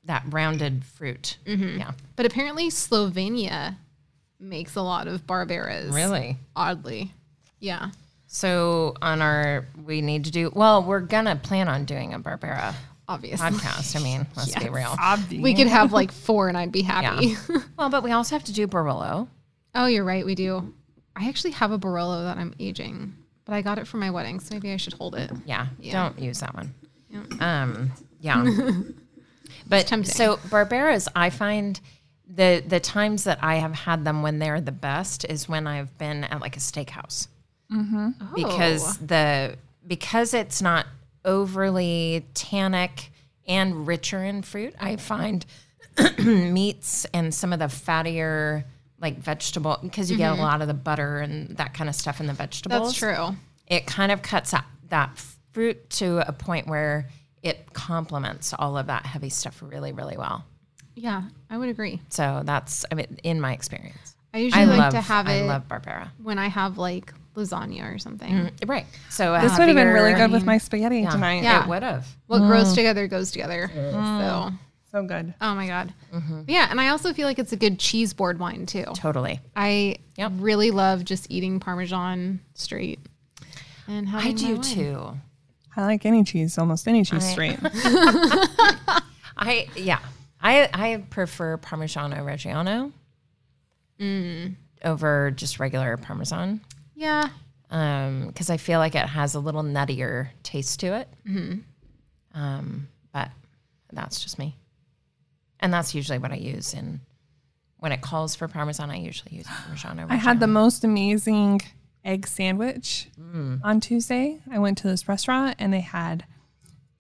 that rounded fruit. Yeah.
But apparently Slovenia makes a lot of barberas.
Really?
Oddly. Yeah.
So on our, we need to do, well, we're going to plan on doing a Barbera
Obviously.
podcast. I mean, let's be real.
Obvi.
We could have like four and I'd be happy.
Well, but we also have to do Barolo.
oh, you're right. We do. I actually have a Barolo that I'm aging, but I got it for my wedding, so maybe I should hold it.
Yeah, Don't use that one. Um, yeah. but
tempting.
so Barberas, I find the the times that I have had them when they're the best is when I've been at like a steakhouse because
Oh.
the because it's not overly tannic and richer in fruit. I find meats and some of the fattier like vegetable because you get a lot of the butter and that kind of stuff in the vegetables
Mm-hmm. that's true.
it kind of cuts up that fruit to a point where it complements all of that heavy stuff really, really well.
Yeah, I would agree.
So that's, I mean, in my experience,
I usually
I
like
love
to have
I
it
love Mm. Barbera.
when I have like lasagna or something.
Right. So a
This would have been really
heavier-
I
good with
mean,
my spaghetti
Yeah,
tonight.
Yeah.
It would have.
What
Mm.
grows together goes together. So,
So good.
oh my god.
Mm-hmm.
Yeah, and I also feel like it's a good cheese board wine too.
Totally.
I
Yep.
really love just eating Parmesan straight. And having
I
my
do
wine.
too.
I like any cheese, almost any cheese
I-
straight.
I, yeah. I, I prefer Parmigiano Reggiano over just regular Parmesan.
Yeah,
because um, I feel like it has a little nuttier taste to it.
Mm-hmm.
Um, but that's just me, and that's usually what I use. in when it calls for parmesan, I usually use parmesan.
I had the most amazing egg sandwich on Tuesday. I went to this restaurant and they had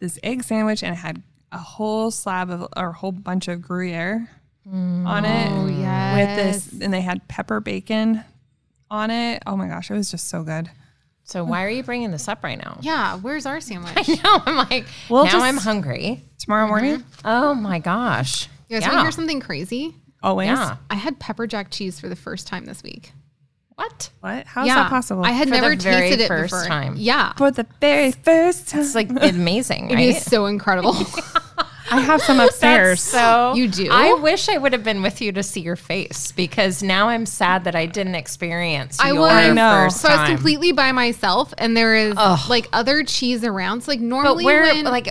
this egg sandwich and it had a whole slab of or a whole bunch of Gruyere on it Mm. with this, and they had pepper bacon on it. Oh my gosh, it was just so good.
So why are you bringing this up right now?
yeah. Where's our sandwich?
I know. I'm like
Well,
now
just-
I'm hungry.
Tomorrow morning,
Oh my gosh.
You guys want to hear something crazy?
always.
yeah.
I had pepper jack cheese for the first time this week.
What?
What? How is
yeah,
that possible?
I had
For the
never
very
tasted it
first
before.
time.
Yeah,
for the very first time.
It's like amazing, right?
it is so incredible.
I have some upstairs.
So
You do?
I wish I would have been with you to see your face because now I'm sad that I didn't experience.
I
your
was.
I know.
First
so I was
time.
completely by myself, and there is like other cheese around. So like
But
normally,
where,
when,
like,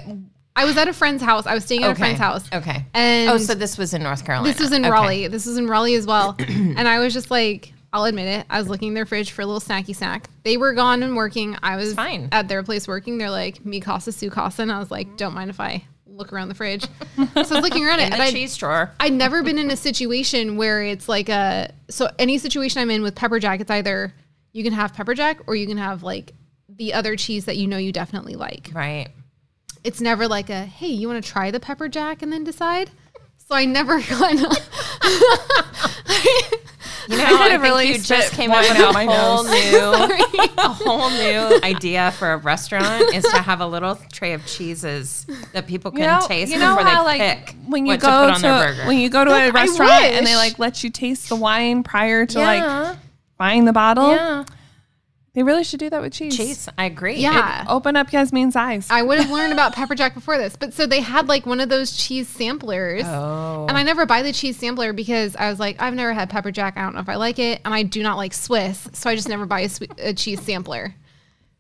I was at a friend's house. I was staying at
Okay.
a friend's house.
Okay.
And
oh, so this was in North Carolina.
this was in
Okay.
Raleigh. This was in Raleigh as well. and I was just like, I'll admit it. I was looking in their fridge for a little snacky snack. They were gone and working. I was
fine.
at their place working. They're like, me casa, su casa. And I was like, don't mind if I look around the fridge. so I was looking around it.
In
And
the
I,
cheese drawer.
I'd never been in a situation where it's like a so any situation I'm in with pepper jack, it's either you can have pepper jack or you can have like the other cheese that you know you definitely like.
Right.
It's never like a hey, you want to try the pepper jack and then decide. So I never got.
You know, I think
really
you just
spit
came up
wine
with
out
a
my
whole new, a whole new idea for a restaurant is to have a little tray of cheeses that people can taste before they pick
when you
what
go
to put
to,
on their burger.
when you go to a
I
restaurant and they
wish.
like let you taste the wine prior to like
Yeah.
buying the bottle.
yeah,
They really should do that with cheese.
cheese. I agree.
yeah.
Open up Yasmin's eyes.
I would have learned about pepper jack before this, but so they had like one of those cheese samplers.
Oh.
And I never buy the cheese sampler because I was like, I've never had pepper jack. I don't know if I like it, and I do not like Swiss, so I just never buy a, swe- a cheese sampler.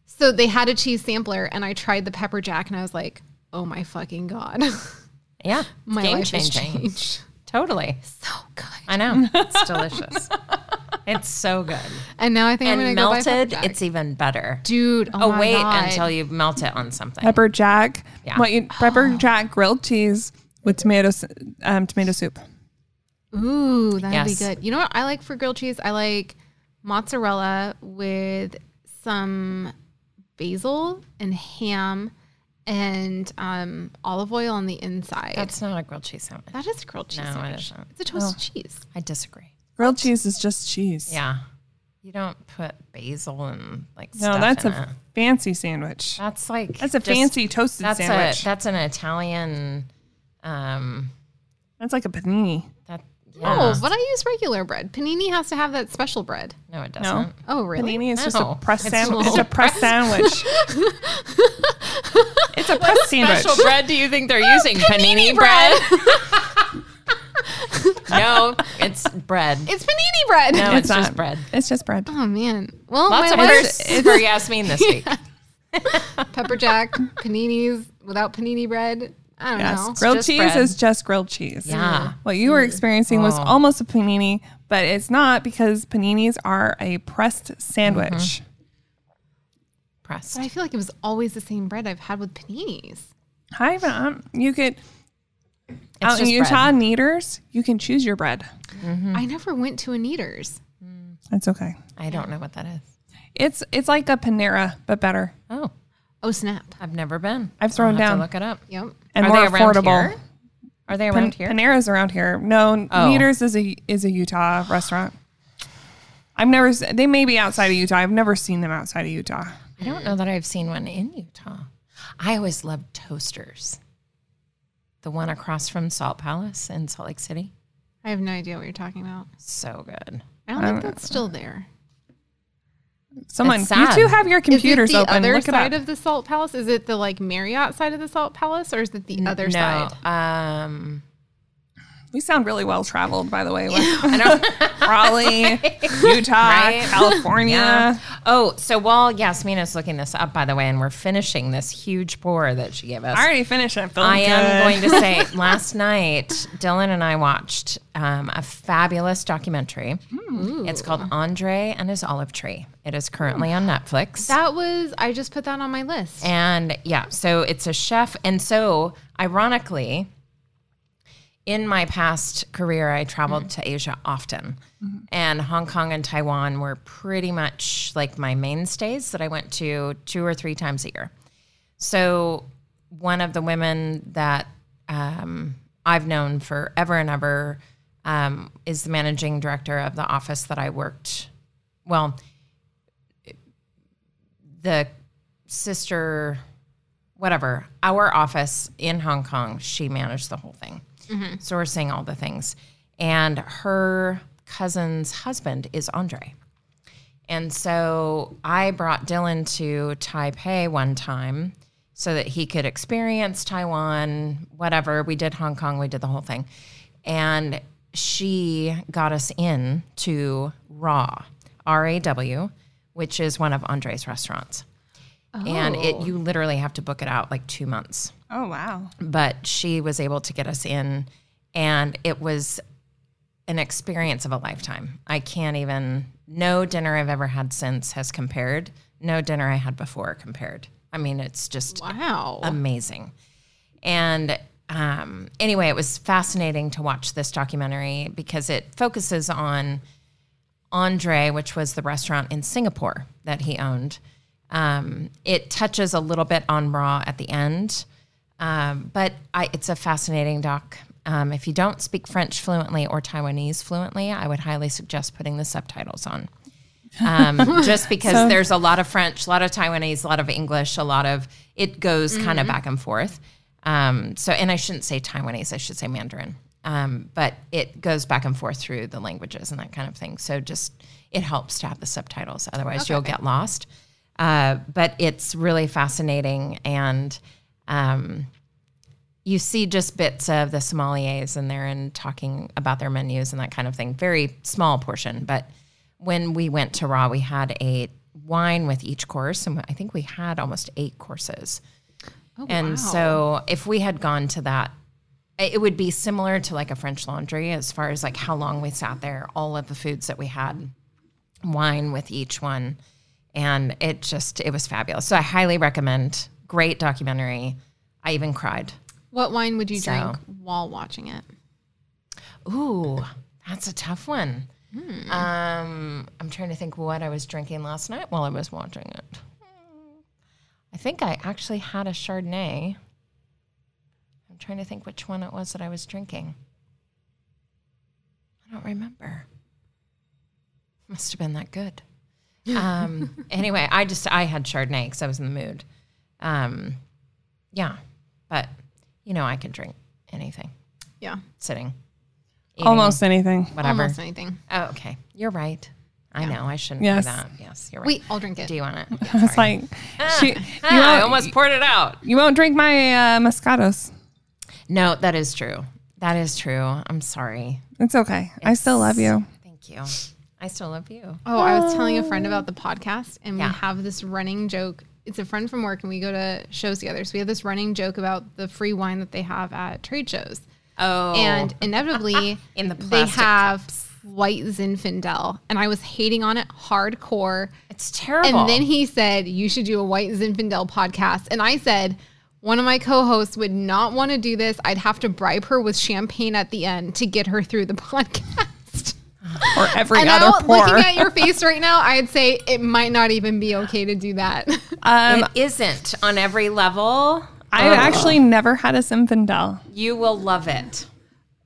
So they had a cheese sampler, and I tried the pepper jack, and I was like, Oh my fucking god,
yeah. It's
my
Game
life has
changing.
changed.
Totally.
So good.
I know. It's delicious. it's so good.
And now I think I'm
And
gonna go buy
melted,
pepper jack.
it's even better.
dude. Oh,
Oh,
my
wait
God.
until you melt it on something.
pepper jack.
Yeah.
What you, pepper jack grilled cheese with tomato s- um, tomato soup.
Ooh, that'd be
Yes.
good. You know what I like for grilled cheese? I like mozzarella with some basil and ham and um, olive oil on the inside.
That's not a grilled cheese sandwich.
that is grilled cheese.
No, Oh.
sandwich.
it isn't.
It's a toasted cheese.
I disagree.
Grilled cheese is just cheese.
Yeah. You don't put basil and like
No,
stuff
that's
in
a
it.
fancy sandwich.
That's like
That's a
just-
fancy toasted
That's
sandwich.
a that's an Italian um
that's like a panini.
that
No, Oh, but I use regular bread. Panini has to have that special bread.
No, it doesn't.
Oh, really?
Panini is just
No.
a press
It's
sandwich.
just
It's a press sandwich. it's a press sandwich.
Special bread? Do you think they're using panini, bread? no, it's bread.
It's panini bread.
No, it's, just
not.
bread.
It's just bread.
Oh man. Well,
Lots of
my mother-
firsts for Yasmin this week.
pepper jack paninis without panini bread. I don't know.
Yes. Grilled
just
cheese
bread.
is just grilled cheese.
Yeah.
What you were experiencing was
Oh.
almost a panini, but it's not because paninis are a pressed sandwich.
Mm-hmm. Pressed.
But I feel like it was always the same bread I've had with paninis.
Hi, Mom. um, You could, out in
just
Utah,
bread.
Neaters, you can choose your bread.
I never went to a Neater's.
That's okay.
I don't know what that is.
It's it's like a Panera, but better
Oh,
Oh snap.
I've never been.
I've thrown
I'll have
down.
To look it up.
Yep.
and
Are
more
they around
affordable.
here? Are they
Pan-
around here?
Panera's around here. No,
Oh.
Neaters is a is a Utah restaurant. I've never. s- They may be outside of Utah. I've never seen them outside of Utah.
I don't know that I've seen one in Utah. I always loved Toasters, the one across from Salt Palace in Salt Lake City.
I have no idea what you're talking about.
So good.
I don't think that's still there.
Someone,
It's
you
sad.
two have your computers
is it the
open.
other
Look it up.
side of the Salt Palace? Is it the like Marriott side of the Salt Palace or is it the other
no,
side?
um,
We sound really well traveled, by the way. I Raleigh, Utah, California.
Oh, so while Yasmin is looking this up, by the way, and we're finishing this huge pour that she gave us,
I already finished. I'm feeling
I am
good.
going to say last night, Dylan and I watched um, a fabulous documentary. It's called Andre and His Olive Tree. It is currently on Netflix.
That was I just put that on my list.
And yeah, so it's a chef. And so, ironically, in my past career, I traveled to Asia often. And Hong Kong and Taiwan were pretty much like my mainstays that I went to two or three times a year. So, one of the women that um, I've known forever and ever um, is the managing director of the office that I worked. Well, the sister, whatever, our office in Hong Kong, she managed the whole thing, sourcing all the things. And her cousin's husband is Andre. And so I brought Dylan to Taipei one time so that he could experience Taiwan, whatever. We did Hong Kong, we did the whole thing. And she got us in to Raw, R A W, which is one of Andre's restaurants. And it you literally have to book it out like 2 months
Oh wow!
but she was able to get us in and it was an experience of a lifetime. I can't even no dinner I've ever had since has compared. No dinner I had before compared. I mean, it's just
Wow.
amazing. And um, anyway, it was fascinating to watch this documentary because it focuses on Andre, which was the restaurant in Singapore that he owned. Um, it touches a little bit on Raw at the end, um, but I, it's a fascinating doc. Um, if you don't speak French fluently or Taiwanese fluently, I would highly suggest putting the subtitles on. Um, just because there's a lot of French, a lot of Taiwanese, a lot of English, a lot of it goes kind of back and forth. Um, so, and I shouldn't say Taiwanese, I should say Mandarin. Um, but it goes back and forth through the languages and that kind of thing. So, just it helps to have the subtitles, otherwise, you'll get lost. Uh, but it's really fascinating and um, you see just bits of the sommeliers in there and talking about their menus and that kind of thing. Very small portion, but when we went to Raw, we had a wine with each course, and I think we had almost eight courses. and so, if we had gone to that, it it would be similar to like a French Laundry as far as like how long we sat there, all of the foods that we had, wine with each one and it just it was fabulous so i highly recommend great documentary i even cried
What wine would you
So-
drink while watching it?
ooh that's a tough one um i'm trying to think what i was drinking last night while i was watching it i think i actually had a chardonnay i'm trying to think which one it was that i was drinking i don't remember must have been that good um anyway i just i had chardonnay because i was in the mood um yeah but you know i can drink anything
Yeah.
sitting eating,
Almost anything.
whatever.
Almost anything.
Oh, okay. You're right. I know. I shouldn't
Yes.
do that. Yes, you're right.
Wait, I'll drink it.
Do you want it?
It's like she, you,
Ah, I
won't,
almost poured it out.
you won't drink my uh, Moscatos.
No, that is true. That is true. I'm sorry.
It's okay. I still love you.
Thank you. I still love you.
Oh, I was telling a friend about the podcast, and
Yeah.
we have this running joke. It's a friend from work, and we go to shows together. So we have this running joke about the free wine that they have at trade shows,
Oh,
and inevitably,
In the
they
plastic
have white Zinfandel, and I was hating on it hardcore.
it's terrible.
And then he said, You should do a White Zinfandel podcast. And I said, One of my co hosts would not want to do this. I'd have to bribe her with champagne at the end to get her through the podcast.
Or every
and
other
now,
pour.
looking at your face right now, I'd say it might not even be okay to do that.
um,
it isn't on every level.
I actually never had a Zinfandel.
You will love it.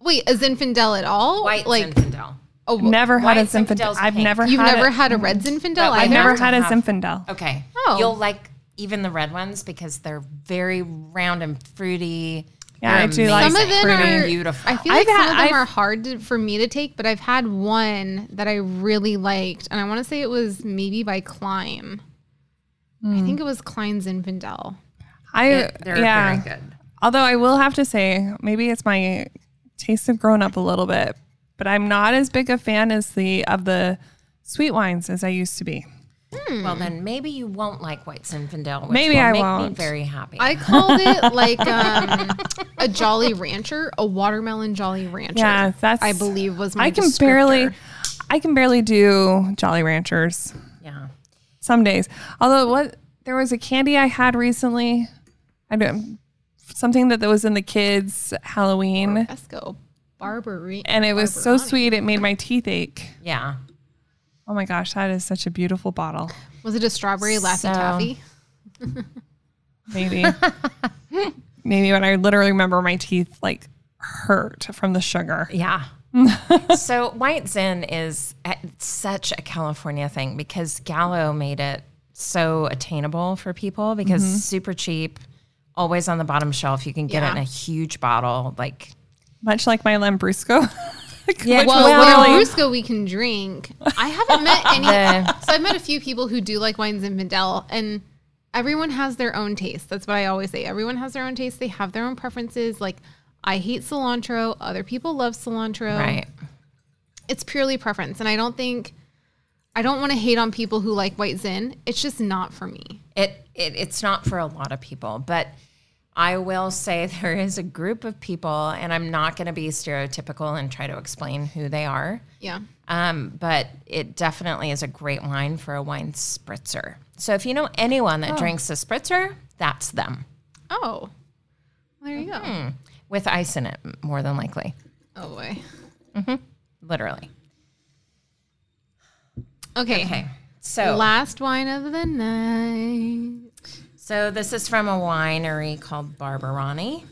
Wait, a Zinfandel at all?
White
like,
Zinfandel.
oh,
Never had a
White
Zinfandel.
Zinfandel's
I've
pink.
never
you've
had
never
it.
had a red Zinfandel?
I've
either?
I've never had a
have-
Zinfandel.
Okay.
Oh.
You'll like even the red ones because they're very round and fruity.
Yeah, I
They're
do like
Some of them
Pretty
are
beautiful.
I feel
I've
like some
had-
of them
I've-
are hard to, for me to take, but I've had one that I really liked, and I want to say it was maybe by Climb.
Hmm.
I think it was Klein's Zinfandel.
I
They're
yeah.
very good.
Although I will have to say, maybe it's my taste have grown up a little bit, but I'm not as big a fan as the of the sweet wines as I used to be.
Well, then maybe you won't like White Zinfandel, which
Maybe
will
I
make me
won't.
very happy.
I called it like um, a Jolly Rancher, a watermelon Jolly Rancher.
Yeah, that's
I believe was my
I can barely
descriptor.
I can barely do Jolly Ranchers
yeah.
some days. Although what there was a candy I had recently, I don't something that was in the kids Halloween,
Esco Barbary,
and it was so
Barberani.
sweet it made my teeth ache.
Yeah.
Oh my gosh, that is such a beautiful bottle.
Was it a strawberry Laffy
So-
Taffy?
Maybe. Maybe when I literally remember my teeth like hurt from the sugar.
Yeah. so white zin is uh, such a California thing because Gallo made it so attainable for people because super cheap, always on the bottom shelf. You can get it in
Yeah.
a huge bottle. Like,
Much like my Lambrusco.
Yeah,
Which
Well,
was
well
literally-
Brusco we can drink. I haven't met any.
The-
so I've met a few people who do like wines and Zinfandel, and everyone has their own taste. That's what I always say. Everyone has their own taste. They have their own preferences. Like I hate cilantro. Other people love cilantro.
right.
It's purely preference, and I don't think I don't want to hate on people who like white zin. It's just not for me.
It, it It's not for a lot of people, but I will say there is a group of people, and I'm not going to be stereotypical and try to explain who they are.
Yeah.
Um, but it definitely is a great wine for a wine spritzer. So if you know anyone that drinks a spritzer, that's them
Oh, there you
Hmm.
go.
with ice in it, more than likely,
Oh boy.
literally.
Okay.
Okay. So,
Last wine of the night.
so this is from a winery called Barberani.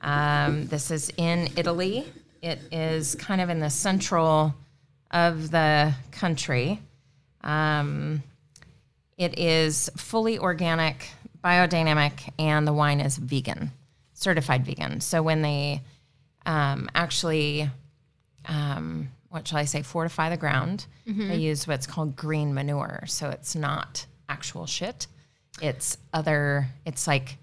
Um, this is in Italy. It is kind of in the central of the country. Um, It is fully organic, biodynamic, and the wine is vegan, certified vegan. So when they um, actually, um, what shall I say, fortify the ground,
Mm-hmm.
they use what's called green manure. So it's not actual shit. It's other. It's like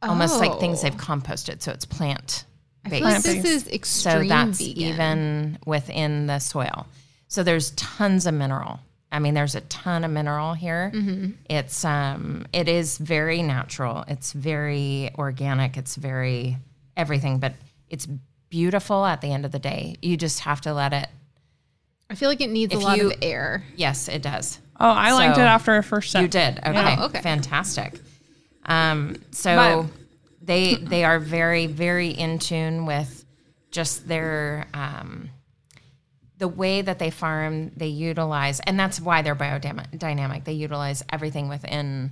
almost like things
Oh.
they've composted. So it's plant based.
Like, this is extreme
So that's
vegan.
even within the soil. So there's tons of mineral. I mean, there's a ton of mineral here.
Mm-hmm.
It's um, it is very natural. It's very organic. It's very everything, but it's beautiful. At the end of the day, you just have to let it.
I feel like it needs a
If
lot
you-
of air.
Yes, it does.
Oh, I liked
So-
it after a first sip.
You did. Okay.
Oh, okay.
Fantastic. Um, so they they are very very in tune with just their um, the way that they farm. They utilize, and that's why they're biodynamic. They utilize everything within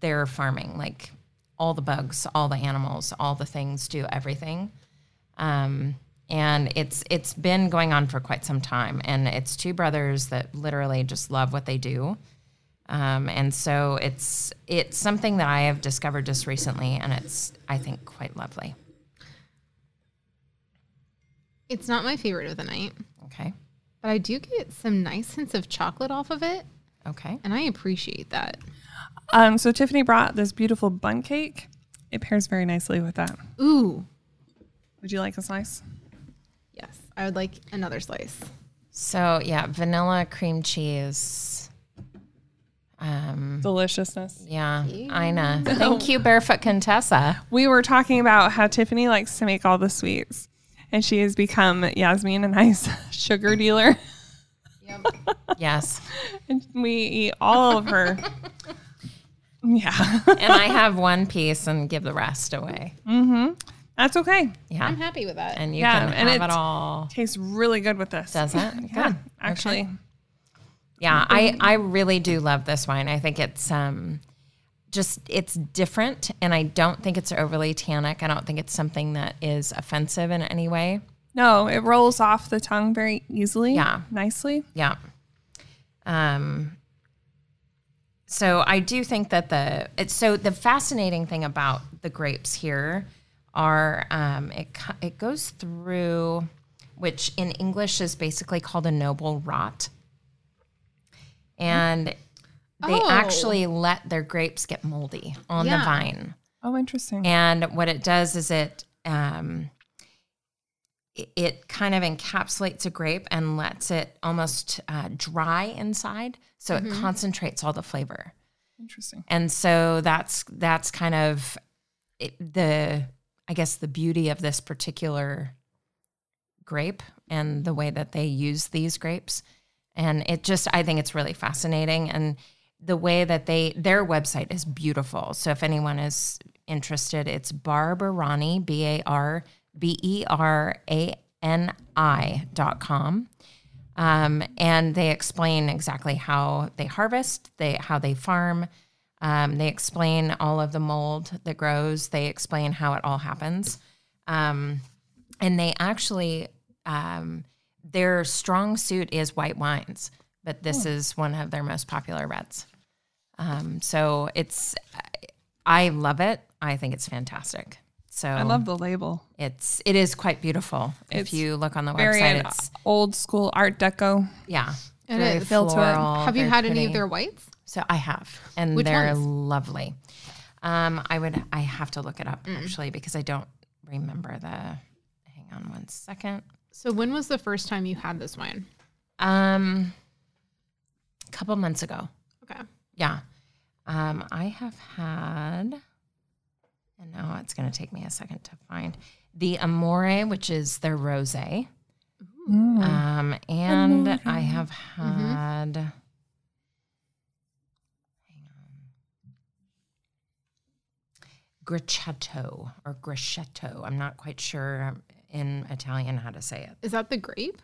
their farming, like all the bugs, all the animals, all the things do everything. Um, and it's it's been going on for quite some time, and it's two brothers that literally just love what they do. Um, and so it's it's something that I have discovered just recently, and it's I think quite lovely.
It's not my favorite of the night,
Okay.
but I do get some nice hints of chocolate off of it,
Okay.
and I appreciate that.
Um, so Tiffany brought this beautiful bun cake. It pairs very nicely with that.
Ooh,
Would you like a slice?
yes, I would like another slice.
So yeah, vanilla cream cheese. Um.
Deliciousness.
Yeah, Ina. Thank you, Barefoot Contessa.
We were talking about how Tiffany likes to make all the sweets, and she has become Yasmin and I's sugar dealer.
Yep.
Yes.
And we eat all of her. yeah,
and I have one piece and give the rest away.
that's okay.
Yeah.
I'm happy with that.
and you
Yeah,
can
and
have it
it's-
all.
Tastes really good with this.
Does it?
Yeah,
Good.
actually.
Yeah, I I really do love this wine. I think it's um just it's different and I don't think it's overly tannic. I don't think it's something that is offensive in any way.
No, it rolls off the tongue very easily.
Yeah.
Nicely.
Yeah. Um so I do think that the it's so the fascinating thing about the grapes here are um it co- it goes through which in English is basically called a noble rot. And they
Oh.
actually let their grapes get moldy on
Yeah.
the vine.
Oh, interesting.
And what it does is it um, it- it kind of encapsulates a grape and lets it almost uh, dry inside, so it concentrates all the flavor.
interesting.
And so that's that's kind of it, the I guess the beauty of this particular grape and the way that they use these grapes. And it just I think it's really fascinating and the way that they their website is beautiful. So if anyone is interested, it's Barbarani B A R B E R A N I dot com. Um, and they explain exactly how they harvest, they how they farm. Um, they explain all of the mold that grows. They explain how it all happens, um, and they actually um, their strong suit is white wines, but this
Hmm.
is one of their most popular reds. Um, so it's I love it. I think it's fantastic. So
I love the label.
it's it is quite beautiful.
It's
if you look on the
Very
website,
an
it's
old school Art Deco.
yeah.
It
very
is.
Built to it.
floral,
Have you
very
had any
pretty.
of their whites?
So I have, and
Which
they're
ones?
lovely. Um, I would, I have to look it up
Mm.
actually because I don't remember the. Hang on one second.
So when was the first time you had this wine?
Um, a couple months ago,
Okay.
yeah. Um, I have had, and now it's going to take me a second to find the Amore, which is their rosé. Um, and I have had. Hang on. Grichetto or Grichetto. I'm not quite sure in Italian how to say it.
Is that the grape?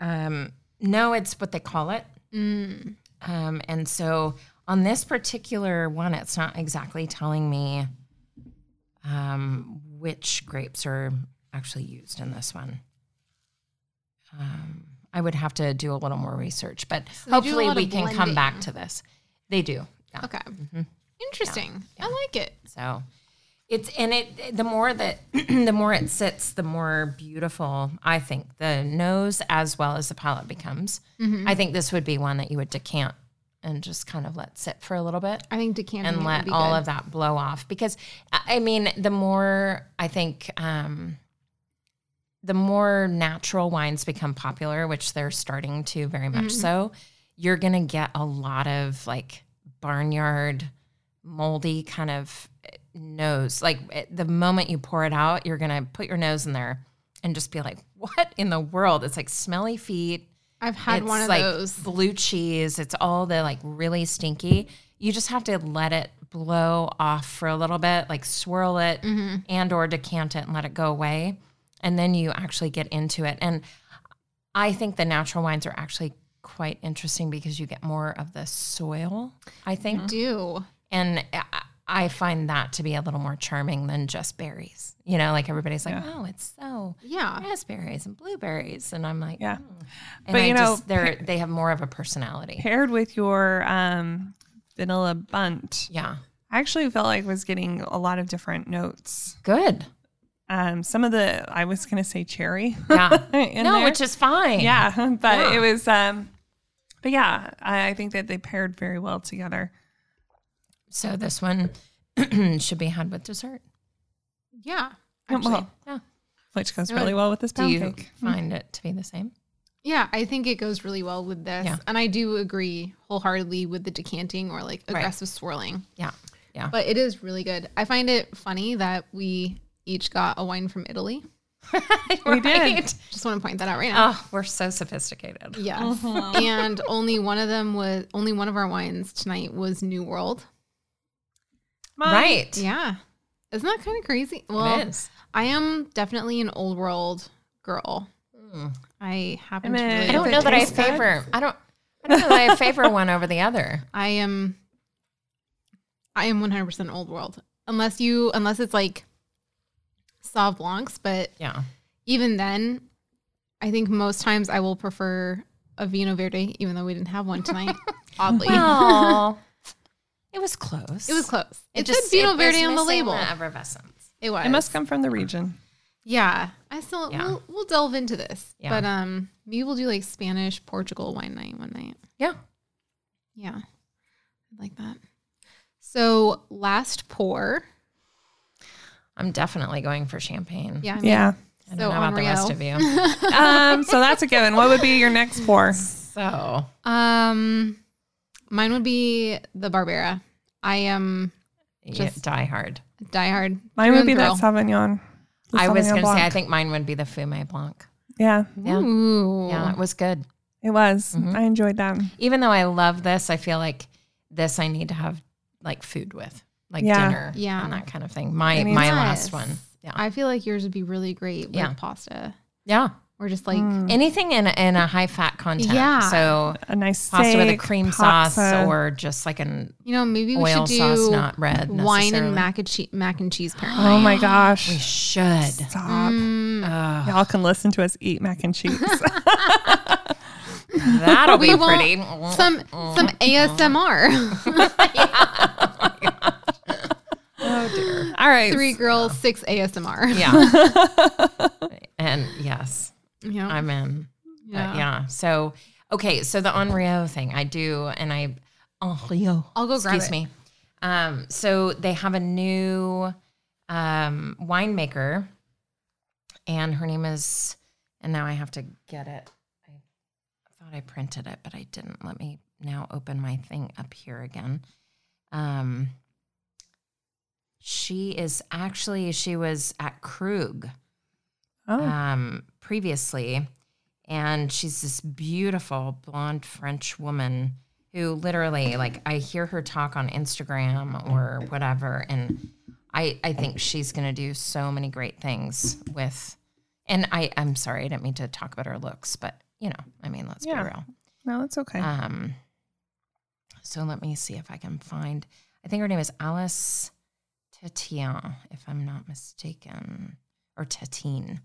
Um, no, it's what they call it.
Mm.
Um, and so on this particular one, it's not exactly telling me um, which grapes are actually used in this one. Um, I would have to do a little more research, but
they do a
hopefully
lot
we
of
can come back
blending.
to this. They do. Yeah.
Okay.
Mm-hmm.
Interesting. I like it.
So it's and it the more that the more it sits, the more beautiful I think the nose as well as the palate becomes. I think this would be one that you would decant and just kind of let sit for a little bit
I think decanting
and
it would
let
be
all
good.
of that blow off because I I mean the more I think um the more natural wines become popular, which they're starting to very
Mm-hmm.
much so, you're gonna get a lot of like barnyard, moldy kind of eh, nose. Like eh, the moment you pour it out, you're gonna put your nose in there and just be like, "What in the world?" It's like smelly feet
I've had one
it's
of
like
those.
blue cheese. It's all the like really stinky. You just have to let it blow off for a little bit, like swirl it
Mm-hmm.
and or decant it and let it go away, and then you actually get into it. And I think the natural wines are actually quite interesting because you get more of the soil. I think,
Mm-hmm. Do
and I- I find that to be a little more charming than just berries. You know, like everybody's like, "Oh, it's so
yeah.
raspberries and blueberries," and I'm like,
Yeah.
and
But,
I
you know,
just, they're they have more of a personality.
Paired with your um, vanilla bunt.
Yeah,
I actually felt like was getting a lot of different notes.
good.
um, some of the, I was going to say cherry.
Yeah.
in
no,
there.
which is fine.
Yeah, but
Yeah.
it was. um But yeah, I, I think that they paired very well together.
So this one should be had with dessert.
Yeah.
Um,
Actually,
well,
yeah.
which goes
I
really
would-
well with this
Oh, Do
pound
you
cake.
find it to be the same?
Yeah, I think it goes really well with this.
Yeah.
And I do agree wholeheartedly with the decanting or like
Right.
aggressive swirling.
Yeah. Yeah.
But it is really good. I find it funny that we each got a wine from Italy.
We did.
Just want to point that out right now.
Oh, we're so sophisticated.
yes.
Uh-huh.
And only one of them was only one of our wines tonight was New World.
Mine.
Right.
Yeah. Isn't that kind of crazy? Well,
it is.
I am definitely an old world girl. I happen
I'm
to
a-
really
Hmm. I don't
If
know
it
that I
tastes good.
favor. I don't. I don't know that I favor one over the other.
I am I am 100% old world. Unless you unless it's like Sauv Blancs, but
Yeah.
even then I think most times I will prefer a Vino Verde even though we didn't have one tonight. Oddly.
Well, it was close.
it was close. It,
just-
said Vino
was
Verde on the
missing
label.
effervescence.
It was.
It must come from the region.
yeah. I still
Yeah.
We'll, we'll delve into this.
Yeah.
But um maybe we'll do like Spanish Portugal wine night one night.
Yeah.
Yeah. I like that. So last pour.
I'm definitely going for champagne.
Yeah. I mean,
Yeah.
I don't
So
know about the
Henriot.
rest of you.
um. So that's a given. What would be your next pour?
So
Um, mine would be the Barbera. I am
yeah,
Just-
die hard.
diehard.
Mine
through
would
and
be that
through.
Sauvignon. The
I was
Sauvignon
going to say, I
Blanc.
think mine would be the Fumé Blanc.
Yeah,
Yeah.
Ooh.
Yeah, it was good.
it was.
Mm-hmm.
I enjoyed that.
Even though I love this, I feel like this I need to have like food with, like
Yeah.
dinner
Yeah.
and that kind of thing. My
mean-
my
Yes.
last one. Yeah.
I feel like yours would be really great with
Yeah.
pasta.
yeah.
Or just like
Mm.
Anything in in a high fat content.
Yeah.
So
A nice
pasta with a
steak,
cream
pasta.
sauce or just like an
you know, maybe we
oil
should do
sauce, not red.
wine and
necessarily.
mac and cheese mac and cheese pairing.
Oh my gosh!
We should. Mm.
Stop.
Ugh,
Mm.
Y'all can listen to us eat mac and cheese.
that'll
We
be
want
pretty.
Some some ASMR.
oh dear.
All right.
Three girls, six ASMR.
Yeah. and yes,
Yeah.
I'm in. But
Yeah.
yeah. So okay, so the Onryo thing I do, and I Onryo.
I'll go grab
Excuse
it.
me. Um, so they have a new um, winemaker, and her name is. And now I have to get it. I thought I printed it, but I didn't. Let me now open my thing up here again. Um, she is actually she was at Krug
Oh.
um, previously, and she's this beautiful blonde French woman who literally, like, I hear her talk on Instagram or whatever, and I I think she's gonna do so many great things with. And I I'm sorry, I didn't mean to talk about her looks, but you know, I mean, let's
Yeah.
be real.
no, it's okay.
Um, so let me see if I can find. I think her name is Alice Tatien, if I'm not mistaken, or Tatine.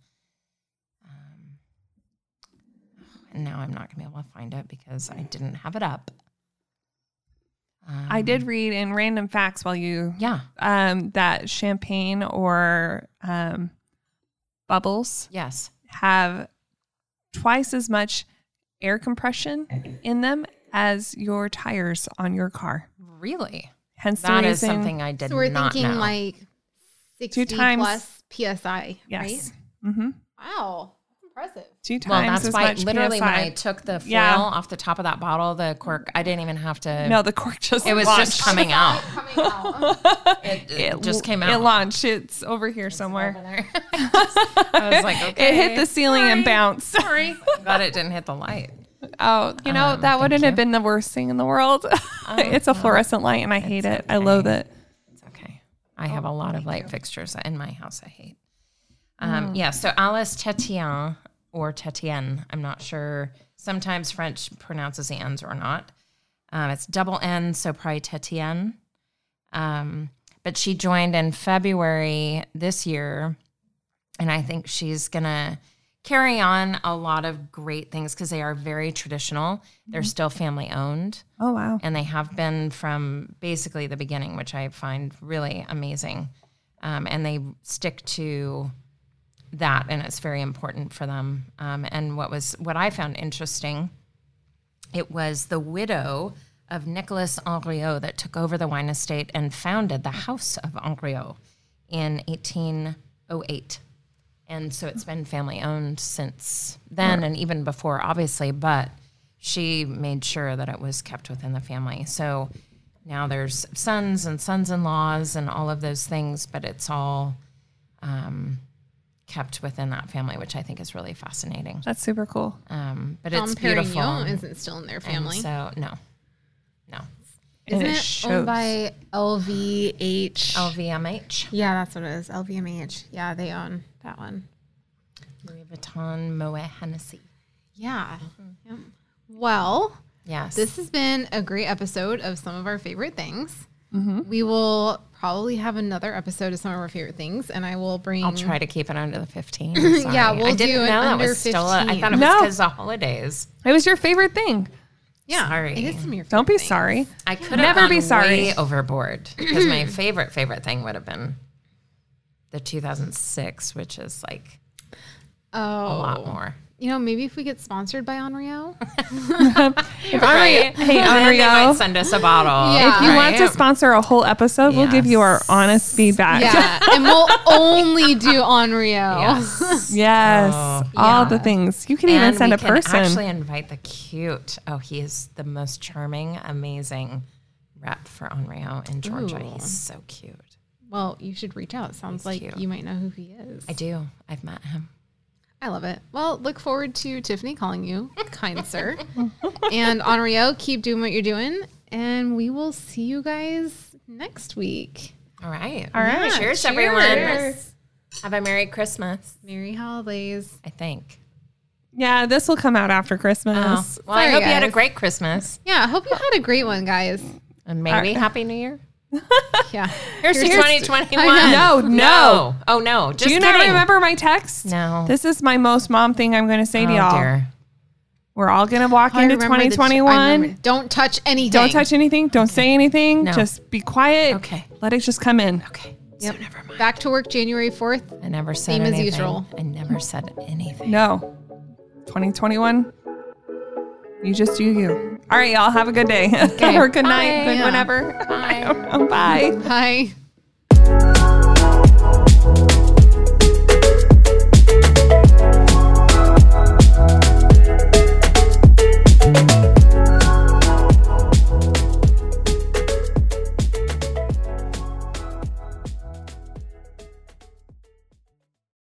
Um, oh, and now I'm not gonna be able to find it because I didn't have it up.
I
Um,
did read in random facts while you
Yeah.
um, that champagne or um, bubbles
Yes.
have twice as much air compression in them as your tires on your car.
Really.
Hence the
That
reason.
is something I did
So we're
not
thinking
know.
like 60
times-
plus PSI,
yes.
right?
hmm
Wow. That's impressive.
Two
well,
times
that's
as
why
much
literally when
PSI.
I took the foil
Yeah.
off the top of that bottle, the cork, I didn't even have to.
no, the cork just
it was
launched.
just coming out.
Coming out.
It, it
It
just came out.
It launched. It's over here somewhere.
I was like, okay.
It hit the ceiling and bounced.
Sorry. Glad it didn't hit the light.
Oh, you know,
Um,
that
thank
wouldn't have
you. Oh,
been the worst thing in the world. it's a fluorescent light and I hate it. I loathe it.
It's okay. I have a lot of light fixtures in my house I hate. Um, Yeah, so Alice Tetien or Tetienne, I'm not sure. Sometimes French pronounces the N's or not. Um, it's double N, so probably Tetienne. Um, but she joined in February this year, and I think she's going to carry on a lot of great things because they are very traditional. They're still family owned
Oh, wow.
and they have been from basically the beginning, which I find really amazing. Um, and they stick to that, and it's very important for them. Um, and what was what I found interesting, it was the widow of Nicolas Henriot that took over the wine estate and founded the House of Henriot in 1808. And so it's been family owned since then and even before, obviously, but she made sure that it was kept within the family. So now there's sons and sons in laws and all of those things, but it's all um, kept within that family, which I think is really fascinating.
That's super cool.
Um, but
Dom
it's beautiful.
Perignon
and-
isn't still in their
and
family.
So, no, no.
And
Isn't
it
it,
shows.
owned by LVH?
LVMH,
yeah, that's what it is. LVMH. Yeah, they own that one.
Louis Vuitton, Moet Hennessy.
Yeah.
Mm-hmm.
Yep. Well,
Yes.
this has been a great episode of some of our favorite things. We will probably have another episode of some of our favorite things, and I will bring.
Mm.
I'll try to keep it under the 15. Sorry.
Yeah, we'll
I didn't
do it
know that
under
was still a, I
15.
thought it was
No.
because of holidays.
It was your favorite thing.
Yeah,
Sorry.
it is some of your
Don't be
favorite things.
sorry.
I could
Never
have gone
be sorry.
way overboard because my favorite favorite thing would have been the 2006, which is like
Oh,
a lot more.
you know, maybe if we get sponsored by Onryo,
If Henri- hey,
And they might
Henriot,
send us a bottle.
Yeah.
if you want to
Right?
sponsor a whole episode, we'll give you our
Yes.
honest feedback.
yeah, and we'll only do Onryo.
Yes.
Yes,
Oh,
all
yeah.
the things. You can
And
even send
we
a
can
person.
actually invite the cute. Oh, he is the most charming, amazing rep for Onryo in Georgia.
Ooh.
He's so cute.
Well, you should reach out. Sounds like
cute.
you might know who he is.
I do. I've met him.
I love it. Well, look forward to Tiffany calling you, kind sir. and Onryo, keep doing what you're doing, and we will see you guys next week.
All right.
all right.
Yeah,
Cheers, everyone.
cheers.
Have a Merry Christmas,
Merry holidays.
I think.
Yeah, this will come out after
Oh,
Christmas.
well, I
Sorry,
hope you had a
guys.
great Christmas
Yeah, I hope you had a great one, guys.
and maybe Happy New Year.
Yeah.
Here's,
Here's-
2021.
I
know. No, no.
Oh, no. Just
Do you
kidding.
not remember my text?
No.
This is my most mom thing I'm going to say
oh,
to y'all.
dear.
We're all going to walk into
remember the- I
2021.
remember- Don't touch anything.
Don't touch anything. Don't say anything.
No.
Just be quiet.
Okay.
Let it just come in.
Okay.
Yep.
So never mind.
Back to work January 4th.
I never said
Same as
anything.
usual.
I never said anything.
No. 2021. You just do you. All right, y'all. Have a good day. or good night.
Bye.
Good whatever.
Bye.
Bye.
Bye.